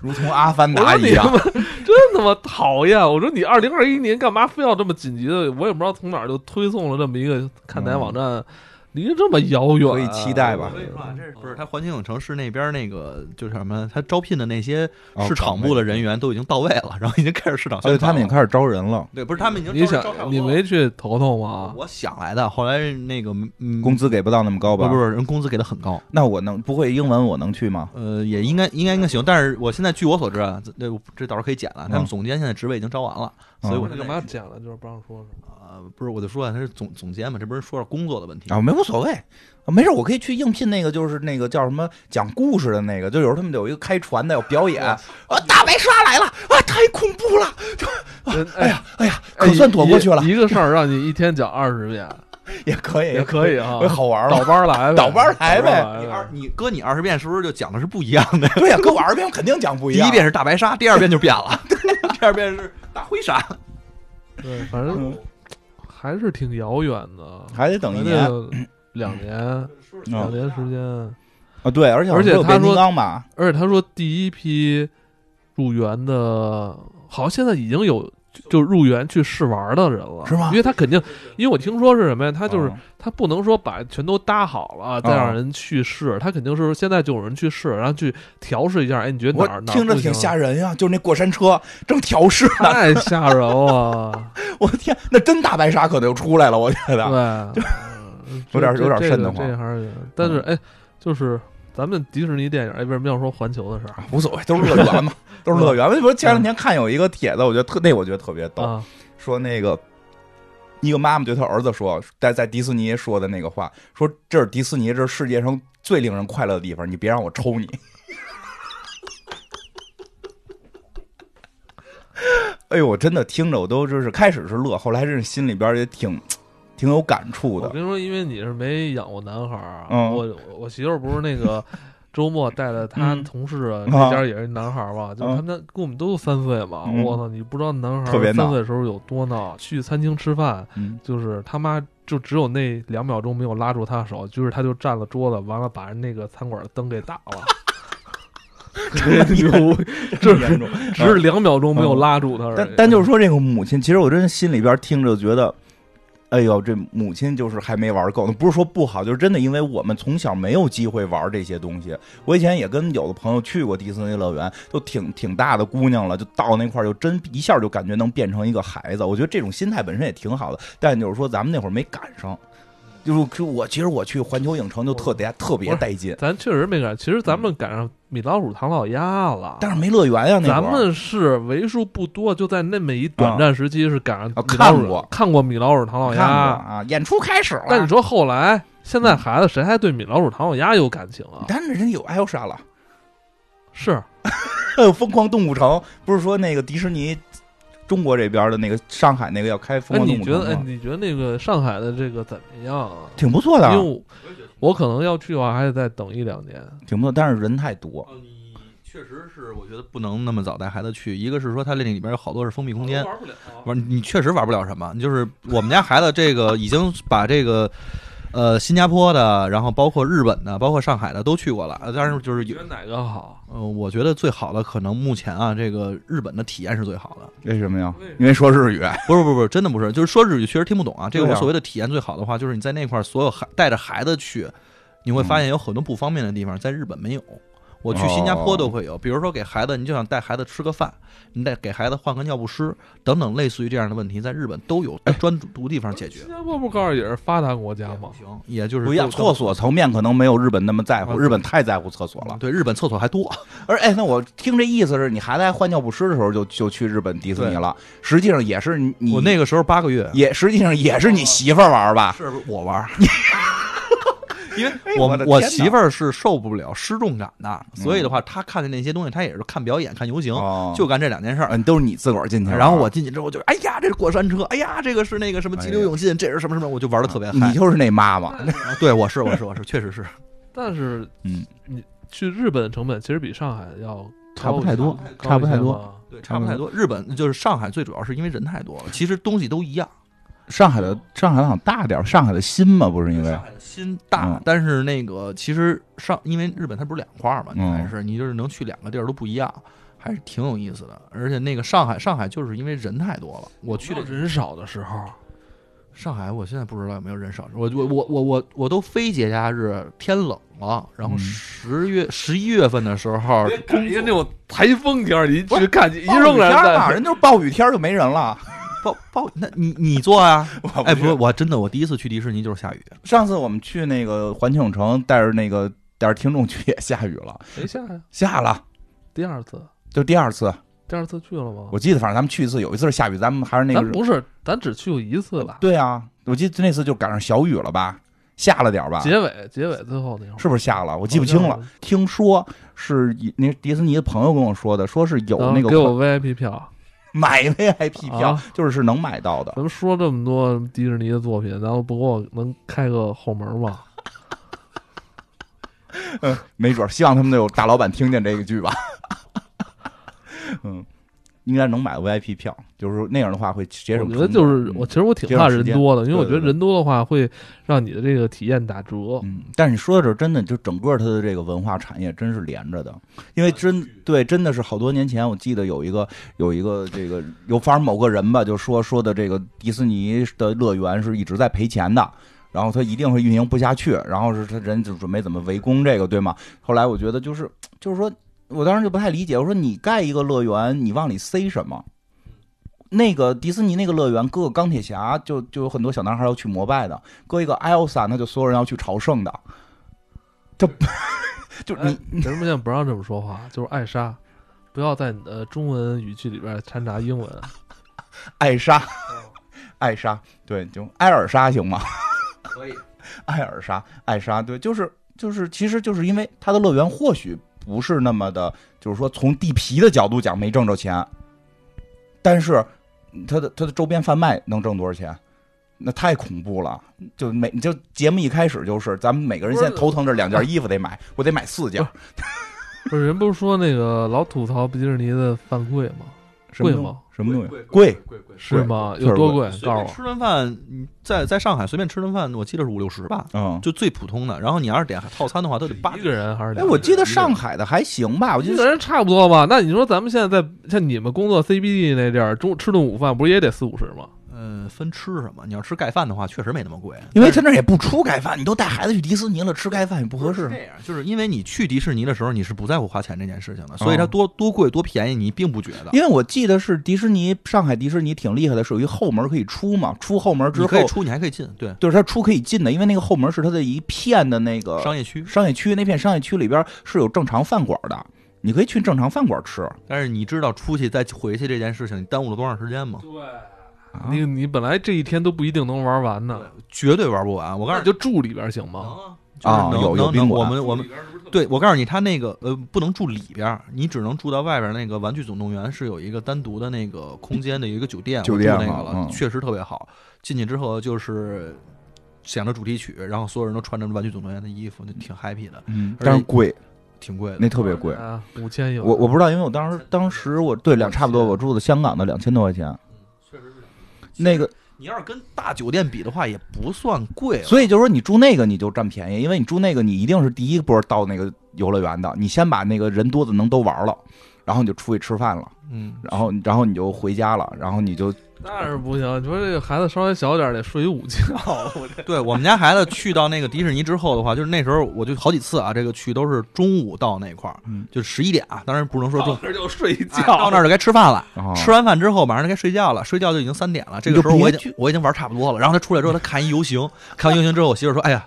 S3: 如同阿凡
S1: 我
S3: 达
S1: 说
S3: 一
S1: 你他
S3: 样，
S1: 妈真他妈讨厌！我说你二零二一年干嘛非要这么紧急的？我也不知道从哪儿就推送了这么一个看台网站，离得这么遥远，
S3: 嗯可以期待吧
S2: 所以说啊，这是
S3: 嗯
S2: 不是它环球影城是那边那个就是什么，它招聘的那些
S3: 哦
S2: 市场部的人员都已经到位了，然后已经开始市场
S3: 所以
S2: 宣传了，
S3: 他们也开始招人了，
S2: 对，不是他们已经
S1: 你
S2: 招
S1: 想
S2: 招差不多
S1: 你
S2: 了
S1: 没去头头吗？
S2: 我想来的，后来那个嗯，
S3: 工资给不到那么高
S2: 不
S3: 吧？
S2: 是不是人工资给的很高，
S3: 那我能不会英文我能去吗？
S2: 呃，也应该应该应该行，但是我现在据我所知啊，这这这到时候可以剪了，
S3: 嗯
S2: 他们总监现在职位已经招完了，所以
S3: 嗯
S2: 我
S1: 你干嘛讲了就是不让说是吗？
S2: 啊，不是我就说啊他是总总监嘛，这不是说点工作的问题
S3: 啊，没无所谓，啊没事，我可以去应聘那个，就是那个叫什么讲故事的那个，就有时候他们有一个开船的要表演，啊，大白鲨来了，啊，太恐怖了，哎
S1: 哎呀，
S3: 呀，哎呀，可算躲过去了，
S1: 一个事儿让你一天讲二十遍
S3: 也可以，哎
S1: 也可以啊，
S3: 好玩
S1: 倒
S3: 了。
S1: 班儿来呗，
S3: 倒班儿来
S1: 倒
S3: 呗
S1: 班儿
S2: 你
S1: 来
S2: 二你哥你二十遍是不是就讲的是不一样的？
S3: 对呀，跟我耳边肯定讲不一
S2: 第
S3: 样。
S2: 一遍是大白鲨，第二遍就变 了，第二遍是大灰鲨。
S1: 对，反正
S3: 嗯
S1: 还是挺遥远的，
S3: 还得等一
S1: 还
S3: 年嗯
S1: 得两年，两年时间。
S3: 啊，对，而且
S1: 而且
S3: 有
S1: 他
S3: 变
S1: 说
S3: 形金刚吧，
S1: 而且他说第一批入园的，好像现在已经有就入园去试玩的人了，
S3: 是吗
S1: 因为他肯定，因为我听说是什么呀？他就是
S3: 嗯
S1: 他不能说把全都搭好了再让人去试，他肯定是现在就有人去试，然后去调试一下。哎，你觉得
S3: 我
S1: 哪儿哪儿
S3: 听着
S1: 不行啊
S3: 挺吓人呀，就是那过山车正调试呢，
S1: 太吓人了，
S3: 我天，那真大白鲨可就出来了，我觉得。
S1: 对，嗯
S3: 有点
S1: 这
S3: 有点
S1: 这
S3: 瘆得
S1: 这
S3: 慌嗯
S1: 这还是有点，但是哎，就是咱们迪士尼电影，哎，为什么要说环球的事儿
S3: 啊无所谓，都是乐 园嘛，都是乐园。我不是前两天看有一个帖子，我觉得特那我觉得特别逗，
S1: 啊？
S3: 说那个一个妈妈对她儿子说，在在迪士尼说的那个话，说这是迪士尼，这是世界上最令人快乐的地方，你别让我抽你。 哎呦，我真的听着我都就是开始是乐，后来是心里边也挺挺有感触
S1: 我
S3: 的。
S1: 跟你说，因为你是没养过男孩儿啊，
S3: 嗯
S1: 我我媳妇儿不是那个周末带着她
S3: 嗯
S1: 同事啊
S3: 啊
S1: 那家也是男孩儿嘛，就是
S3: 嗯
S1: 他们家跟我们都三岁嘛，
S3: 嗯
S1: 我操，你不知道男孩
S3: 特别
S1: 儿
S3: 闹
S1: 三岁的时候有多闹，去餐厅吃饭，
S3: 嗯，
S1: 就是他妈就只有那两秒钟没有拉住他手，就是他就占了桌子，完了把人那个餐馆的灯给打了。 这牛，这
S3: 严
S1: 是
S3: 重，
S1: 只是两秒钟没有拉住他而已。
S3: 嗯但但就是说，这个母亲，其实我真心里边听着觉得，哎呦，这母亲就是还没玩够呢。不是说不好，就是真的，因为我们从小没有机会玩这些东西。我以前也跟有的朋友去过迪士尼乐园，都挺挺大的姑娘了，就到那块儿就真一下就感觉能变成一个孩子。我觉得这种心态本身也挺好的，但就是说咱们那会儿没赶上。就是就我其实我去环球影城就特别特别带劲，
S1: 咱确实没赶，其实咱们赶上米老鼠、唐老鸭了。
S3: 但是没乐园呀、那
S1: 咱
S3: 会儿
S1: 们是为数不多，就在那么一短暂时期是赶上
S3: 啊
S1: 米老
S3: 看
S1: 鼠、
S3: 过
S1: 看过米老鼠、唐老
S3: 看过
S1: 鸭。
S3: 啊，演出开始了。
S1: 但你说后来，现在孩子谁还对米老鼠、唐老鸭有感情啊？
S3: 但是人家有艾欧莎了。
S1: 是
S3: 还有疯狂动物城，不是说那个迪士尼中国这边的那个上海那个要开疯
S1: 哎，
S3: 狂动
S1: 你
S3: 物
S1: 觉
S3: 城
S1: 得哎，
S3: 吗？
S1: 你觉得那个上海的这个怎么样啊？
S3: 挺不错的啊，
S1: 因为我我可能要去的话，还得再等一两年。
S3: 挺不错，但是人太多。
S2: 哦你确实是，我觉得不能那么早带孩子去。一个是说他那里边有好多是封闭空间，
S1: 玩不了。啊
S2: 玩你确实玩不了什么。就是我们家孩子这个已经把这个。呃，新加坡的，然后包括日本的，包括上海的都去过了，呃但是就是
S1: 你
S2: 有
S1: 觉，得哪个好？
S2: 呃，我觉得最好的可能目前啊，这个日本的体验是最好的。
S3: 为什么呀
S1: 为什么？
S3: 因为说日语。
S2: 不是不是不是，真的不是，就是说日语确实听不懂啊。这个
S3: 对
S2: 我
S3: 啊
S2: 所谓的体验最好的话，就是你在那块儿所有孩带着孩子去，你会
S3: 嗯
S2: 发现有很多不方便的地方，在日本没有。我去新加坡
S3: 哦
S2: 都会有，比如说给孩子，你就想带孩子吃个饭，你得给孩子换个尿不湿等等，类似于这样的问题，在日本都有
S3: 哎
S2: 专独地方解决
S1: 新。加坡不告诉也是发达国家吗？
S2: 行，也就是
S3: 不一样，
S2: 都都
S3: 厕所层面可能没有日本那么在乎，
S2: 啊嗯
S3: 日本太在乎厕所了。
S2: 对日本厕所还多，
S3: 而哎，那我听这意思是你孩子还换尿不湿的时候就就去日本迪士尼了，实际上也是你
S2: 我那个时候八个月，
S3: 也实际上也是你媳妇儿玩儿吧？
S2: 是我玩儿， 因为
S3: 哎呦
S2: 我
S3: 我的
S2: 我
S3: 天哪
S2: 媳妇儿是受不了失重感的，
S3: 嗯
S2: 所以的话，她看的那些东西，她也是看表演、看游行，
S3: 哦
S2: 就干这两件事儿。
S3: 嗯，都是你自个儿进去玩，
S2: 然后我进去之后就，哎呀，这是过山车，哎呀，这个是那个什么激流勇进，这是什么什么，我就玩的特别嗨
S3: 你。就是那妈妈，
S2: 啊对，我是我是我是，确实是。
S1: 但是，
S3: 嗯，
S1: 你去日本的成本其实比上海要
S3: 差不
S1: 高一
S3: 太多
S1: 些
S3: 差不太多。
S1: 高一些吧
S2: 对，差不太多。日本就是上海，最主要是因为人太多了，其实东西都一样。
S3: 上海的上海好像大点儿，上海的心嘛，不是因为
S2: 上海的心大
S3: 嗯，
S2: 但是那个其实上，因为日本它不是两块儿嘛，你
S3: 嗯
S2: 还是你就是能去两个地儿都不一样，还是挺有意思的。而且那个上海，上海就是因为人太多了，我去
S1: 有
S2: 的
S1: 没有人少的时候，
S2: 上海，我现在不知道有没有人少。我我我我我我都非节假日，天冷了，然后
S3: 嗯
S2: 十月十一月份的时候，
S1: 因哎为那种台风天儿，你
S3: 不
S1: 去看，你一
S3: 暴雨
S1: 扔
S3: 天
S1: 人
S3: 儿嘛，
S1: 在
S3: 人就是暴雨天儿就没人了。
S2: 报报，那你你做啊？
S3: 我
S2: 哎，不是，我真的，我第一次去迪士尼就是下雨，
S3: 上次我们去那个环球影城，带着那个带着听众去也下雨了，
S1: 没哎下呀？
S3: 下了。
S1: 第二次，
S3: 就第二次，
S1: 第二次去了吗？
S3: 我记得，反正咱们去一次，有一次是下雨，咱们还是那
S1: 咱
S3: 个，
S1: 不是，咱只去过一次吧？
S3: 对啊，我记得那次就赶上小雨了吧，下了点儿吧，
S1: 结尾，结尾最后那会儿，
S3: 啊是不是下了？我记不清
S1: 好
S3: 了
S1: 像是。
S3: 听说是一那迪士尼的朋友跟我说的，说是有
S1: 然后
S3: 那个
S1: 哦给我 VIP 票，
S3: 买 VIP 票，
S1: 啊
S3: 就是是能买到的。
S1: 咱们说这么多迪士尼的作品，然后不给我能开个后门吗？
S3: 没准儿，希望他们有大老板听见这个剧吧。嗯，应该能买 VIP 票，就是那样的话会节省
S1: 我
S3: 成
S1: 觉
S3: 本。
S1: 得就是我，
S3: 嗯
S1: 其实我挺怕人多的，因为我觉得
S3: 对对对
S1: 人多的话会让你的这个体验打折。
S3: 嗯，但是你说到这儿，真的就整个它的这个文化产业真是连着的，因为真对，真的是好多年前，我记得有一个有一个这个有反正某个人吧，就说说的这个迪士尼的乐园是一直在赔钱的。然后他一定会运营不下去，然后是他人就准备怎么围攻这个，对吗？后来我觉得就是就是说，我当时就不太理解，我说你盖一个乐园，你往里塞什么？那个迪士尼那个乐园，搁个钢铁侠就就有很多小男孩要去膜拜的，搁一个艾欧萨，那就所有人要去朝圣的。这 就
S1: 哎
S3: 你
S1: 人们现在不让这么说话，就是爱莎，不要在你的中文语句里边掺杂英文。
S3: 艾莎， 艾莎，对，就艾尔莎行吗？可 以，艾尔莎，艾莎，对，就是就是，其实就是因为它的乐园或许不是那么的，就是说从地皮的角度讲没挣着钱，但是它的它的周边贩卖能挣多少钱？那太恐怖了！就每就节目一开始就是，咱们每个人现在头疼着两件衣服得买，我得买四件，
S1: 不是人不是说那个老吐槽迪士尼的犯贵吗？
S3: 什么
S1: 贵
S3: 东
S1: 吗？
S3: 什么东西？
S2: 贵
S3: 贵，
S2: 贵贵，
S1: 是吗？
S3: 确实
S1: 有多
S3: 贵
S1: 贵？
S2: 随
S1: 告
S2: 便
S1: 诉我。
S2: 吃顿饭，你在在上海随便吃顿饭，我记得是五六十吧，
S3: 嗯，
S2: 就最普通的。然后你要是点套餐的话，都得八
S1: 一个人还是
S3: 哎，
S1: 两个
S3: 我
S1: 人？
S3: 记得上海的还行吧，我记
S1: 一
S3: 得
S1: 个人差不多吧。那你说咱们现在在像你们工作 CBD 那地儿，中吃顿午饭不是也得四五十吗？
S2: 嗯，分吃什么？你要吃盖饭的话，确实没那么贵。
S3: 因为他那儿也不出盖饭，你都带孩子去迪士尼了，吃盖饭也不合
S2: 是
S3: 适
S2: 这。样，就是因为你去迪士尼的时候，你是不在乎花钱这件事情的，所以它多多贵多便宜，你并不觉得。
S3: 因为我记得是迪士尼，上海迪士尼挺厉害的，是有一后门可以出嘛，出后门之
S2: 你
S3: 后
S2: 可以出，你还可以进，对，
S3: 就是它出可以进的，因为那个后门是它的一片的那个
S2: 呃商业区。
S3: 商业区，那片商业区里边是有正常饭馆的，你可以去正常饭馆吃。
S2: 但是你知道出去再回去这件事情，你耽误了多长时间吗？
S3: 啊
S1: 你你本来这一天都不一定能玩完呢，
S2: 绝对玩不完。我告
S1: 那
S2: 诉
S1: 你
S2: 你，
S1: 就住里边行吗？
S2: 啊，就是
S3: 啊
S2: 能
S3: 有有
S2: 能
S3: 宾
S2: 能，
S3: 馆
S2: 我们我们对我告诉你，他那个呃不能住里边儿，你只能住到外边儿。那个玩具总动员是有一个单独的那个空间的有一个酒店，
S3: 酒
S2: 我住
S3: 店
S2: 那
S3: 哈
S2: 个了，
S3: 嗯
S2: 确实特别好。进去之后就是响着主题曲，然后所有人都穿着玩具总动员的衣服，就挺 happy 的，
S3: 嗯
S2: 但
S3: 但
S2: 是
S3: 是贵，
S2: 挺贵的。
S3: 那特别贵。
S2: 呃
S1: 啊，五千有。
S3: 我我不知道，因为我当时当时我对两差不多，我住的香港的两千多块钱，
S2: 嗯确实是。
S3: 那个
S2: 你要是跟大酒店比的话，也不算贵了。
S3: 所以就是说，你住那个你就占便宜，因为你住那个你一定是第一波到那个游乐园的，你先把那个人多的能都玩了，然后你就出去吃饭了，
S2: 嗯，
S3: 然后然后你就回家了，然后你就
S1: 那是不行，你说这个孩子稍微小点儿得睡一午 觉，
S2: 对我们家孩子去到那个迪士尼之后的话，就是那时候我就好几次啊，这个去都是中午到那块儿，
S3: 嗯
S2: 就十一点啊，当然不能说中
S1: 到。那儿就睡一觉。
S2: 哎到那儿就该吃饭了，
S3: 然后
S2: 吃完饭之后马上就该睡觉了，睡觉就已经三点了。这个时候
S3: 哦你就
S2: 我
S3: 别
S2: 已经我已经玩差不多了。然后他出来之后，他看一游行，看完游行之后，我媳妇说：“哎呀，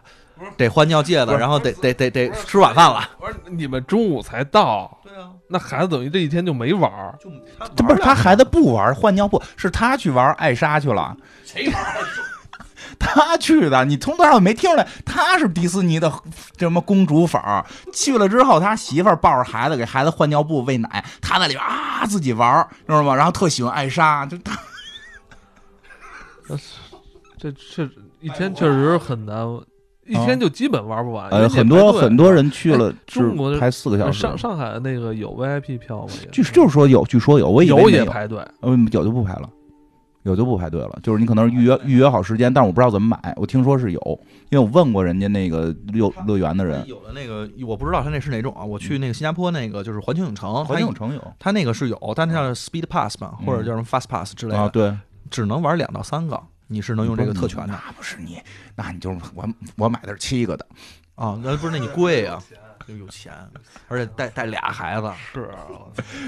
S2: 得换尿戒
S1: 不
S2: 子，
S1: 是
S2: 然后得得得得吃晚饭了。
S1: 我说你们中午才到”，
S2: 对啊，
S1: 那孩子等于这一天就没玩儿。
S2: 就
S3: 这不是他孩子不玩换尿布，是他去玩艾莎去了。
S2: 谁玩？
S3: 他去的，你从头到尾没听出来，他是迪士尼的什么公主粉儿。去了之后，他媳妇儿抱着孩子给孩子换尿布、喂奶，他在里边啊自己玩儿，知道吗？然后特喜欢艾莎，就他
S1: 这确实一天确实很难，一天就基本玩不完。
S3: 呃
S1: 人家
S3: 啊很
S1: 啊排
S3: 多
S1: 队哎
S3: 很多人去了，
S1: 中
S3: 是
S1: 国的
S3: 排四个小时。
S1: 上上海那个有 VIP 票吗？也
S3: 据就是说有，据说有，我以为
S1: 有
S3: 没
S1: 也
S3: 有，
S1: 排队，
S3: 嗯，有就不排了，有就不排队了。就是你可能是预约预约好时间，但是我不知道怎么买。我听说是有，因为我问过人家那个乐乐园的人，
S2: 有的那个我不知道他那是哪种啊，我去那个新加坡那个就是环球影城，
S3: 嗯环球影城有
S2: 它它那个是有，但是叫 Speed Pass 嘛，
S3: 嗯
S2: 或者叫什么 Fast Pass 之类
S3: 啊，
S2: 的，
S3: 对，
S2: 只能玩两到三个，你是能用这个特权的
S3: 那不是你，那你就是我我买的是七个的， 嗯
S2: 啊。那不是那你贵啊，就有钱，而且带带俩孩子，
S1: 是啊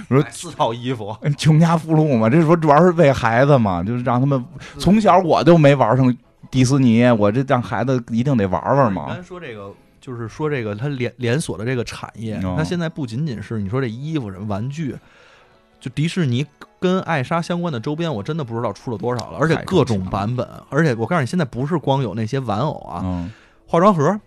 S3: 我说
S2: 买四套衣服，
S3: 穷家富路嘛，这不主要是为孩子嘛，就是让他们从小我就没玩上迪士尼，我这让孩子一定得玩玩
S2: 刚
S3: 嘛。
S1: 哎
S2: 才说这个。就是说，这个它连连锁的这个产业，
S3: 哦
S2: 它现在不仅仅是你说这衣服、什么玩具，就迪士尼跟艾莎相关的周边，我真的不知道出了多少了，而且
S3: 太
S2: 各种
S3: 正常了
S2: 版本。而且我告诉你，现在不是光有那些玩偶啊，
S3: 嗯，
S2: 化妆盒，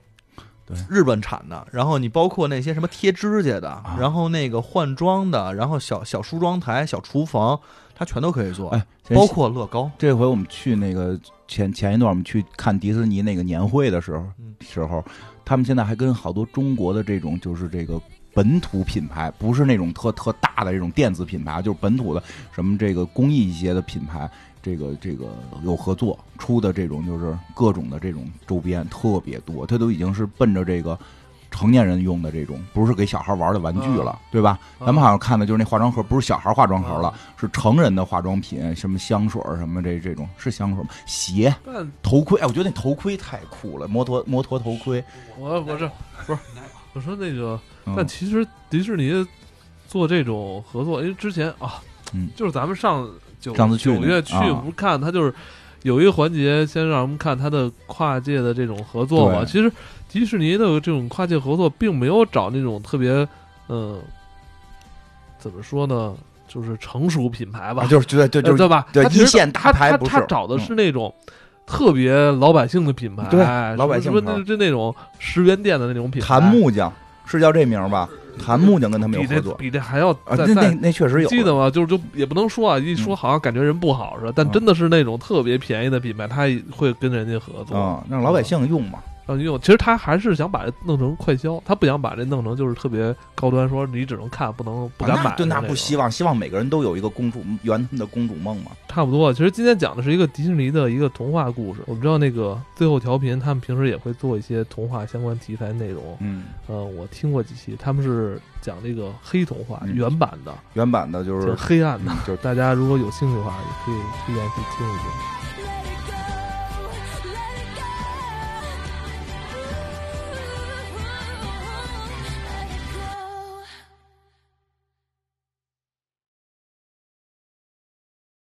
S3: 对
S2: 日本产的。然后你包括那些什么贴指甲的，
S3: 啊
S2: 然后那个换装的，然后小小梳妆台、小厨房，它全都可以做，
S3: 哎，
S2: 包括乐高。
S3: 这回我们去那个前前一段我们去看迪士尼那个年会的时候
S2: 嗯
S3: 时候，他们现在还跟好多中国的这种就是这个本土品牌，不是那种特特大的这种电子品牌，就是本土的什么这个公益一些的品牌，这个这个有合作出的这种就是各种的这种周边特别多，它都已经是奔着这个。成年人用的这种不是给小孩玩的玩具了，对吧？咱
S1: 啊
S3: 们好像看的就是那化妆盒，不是小孩化妆盒了，是成人的化妆品，什么香水儿什么这这种是香水儿吗？鞋、
S1: 但
S3: 头盔，哎，我觉得那头盔太酷了，摩托摩托头盔，
S1: 我我这不 是我说那个，
S3: 嗯
S1: 但其实迪士尼做这种合作，因为之前啊，
S3: 嗯
S1: 就是咱们上九
S3: 上次去
S1: 九月
S3: 那
S1: 去
S3: 啊
S1: 不是看他就是有一个环节，先让我们看他的跨界的这种合作嘛。
S3: 对
S1: 其实迪士尼的这种跨界合作，并没有找那种特别嗯、怎么说呢，就是成熟品牌吧，
S3: 啊就是觉得对
S1: 呃
S3: 就是
S1: 对吧？
S3: 对
S1: 他其实
S3: 一线大牌
S1: 他
S3: 不是嗯
S1: 他他找的是那种特别老百姓的品牌，
S3: 对
S1: 什么
S3: 老百姓
S1: 什
S3: 牌
S1: 么就那种十元店的那种品牌，
S3: 檀木匠是叫这名儿吧？檀木匠跟他们有
S1: 比
S3: 合
S1: 这
S3: 作
S1: 比这还要
S3: 啊，
S1: 再
S3: 那那
S1: 再
S3: 那确实有，
S1: 记得吗？就是就也不能说啊，一说
S3: 嗯
S1: 好像感觉人不好似的，但
S3: 嗯
S1: 真的是那种特别便宜的品牌，他也会跟人家合作，
S3: 啊，让老百姓用嘛，
S1: 让你用。其实他还是想把这弄成快销，他不想把这弄成就是特别高端，说你只能看不能不敢
S3: 啊
S1: 买
S3: 那
S1: 的
S3: 对，那
S1: 种
S3: 不希望，希望每个人都有一个公主圆他们的公主梦嘛。
S1: 差不多。其实今天讲的是一个迪士尼的一个童话故事。我们知道那个最后调频，他们平时也会做一些童话相关题材内容。
S3: 嗯，
S1: 呃，我听过几期，他们是讲这个黑童话
S3: 嗯
S1: 原版的，
S3: 原版的就
S1: 就是
S3: 是
S1: 黑暗的。
S3: 嗯就是
S1: 大家如果有兴趣的话，也可以推荐去听一听。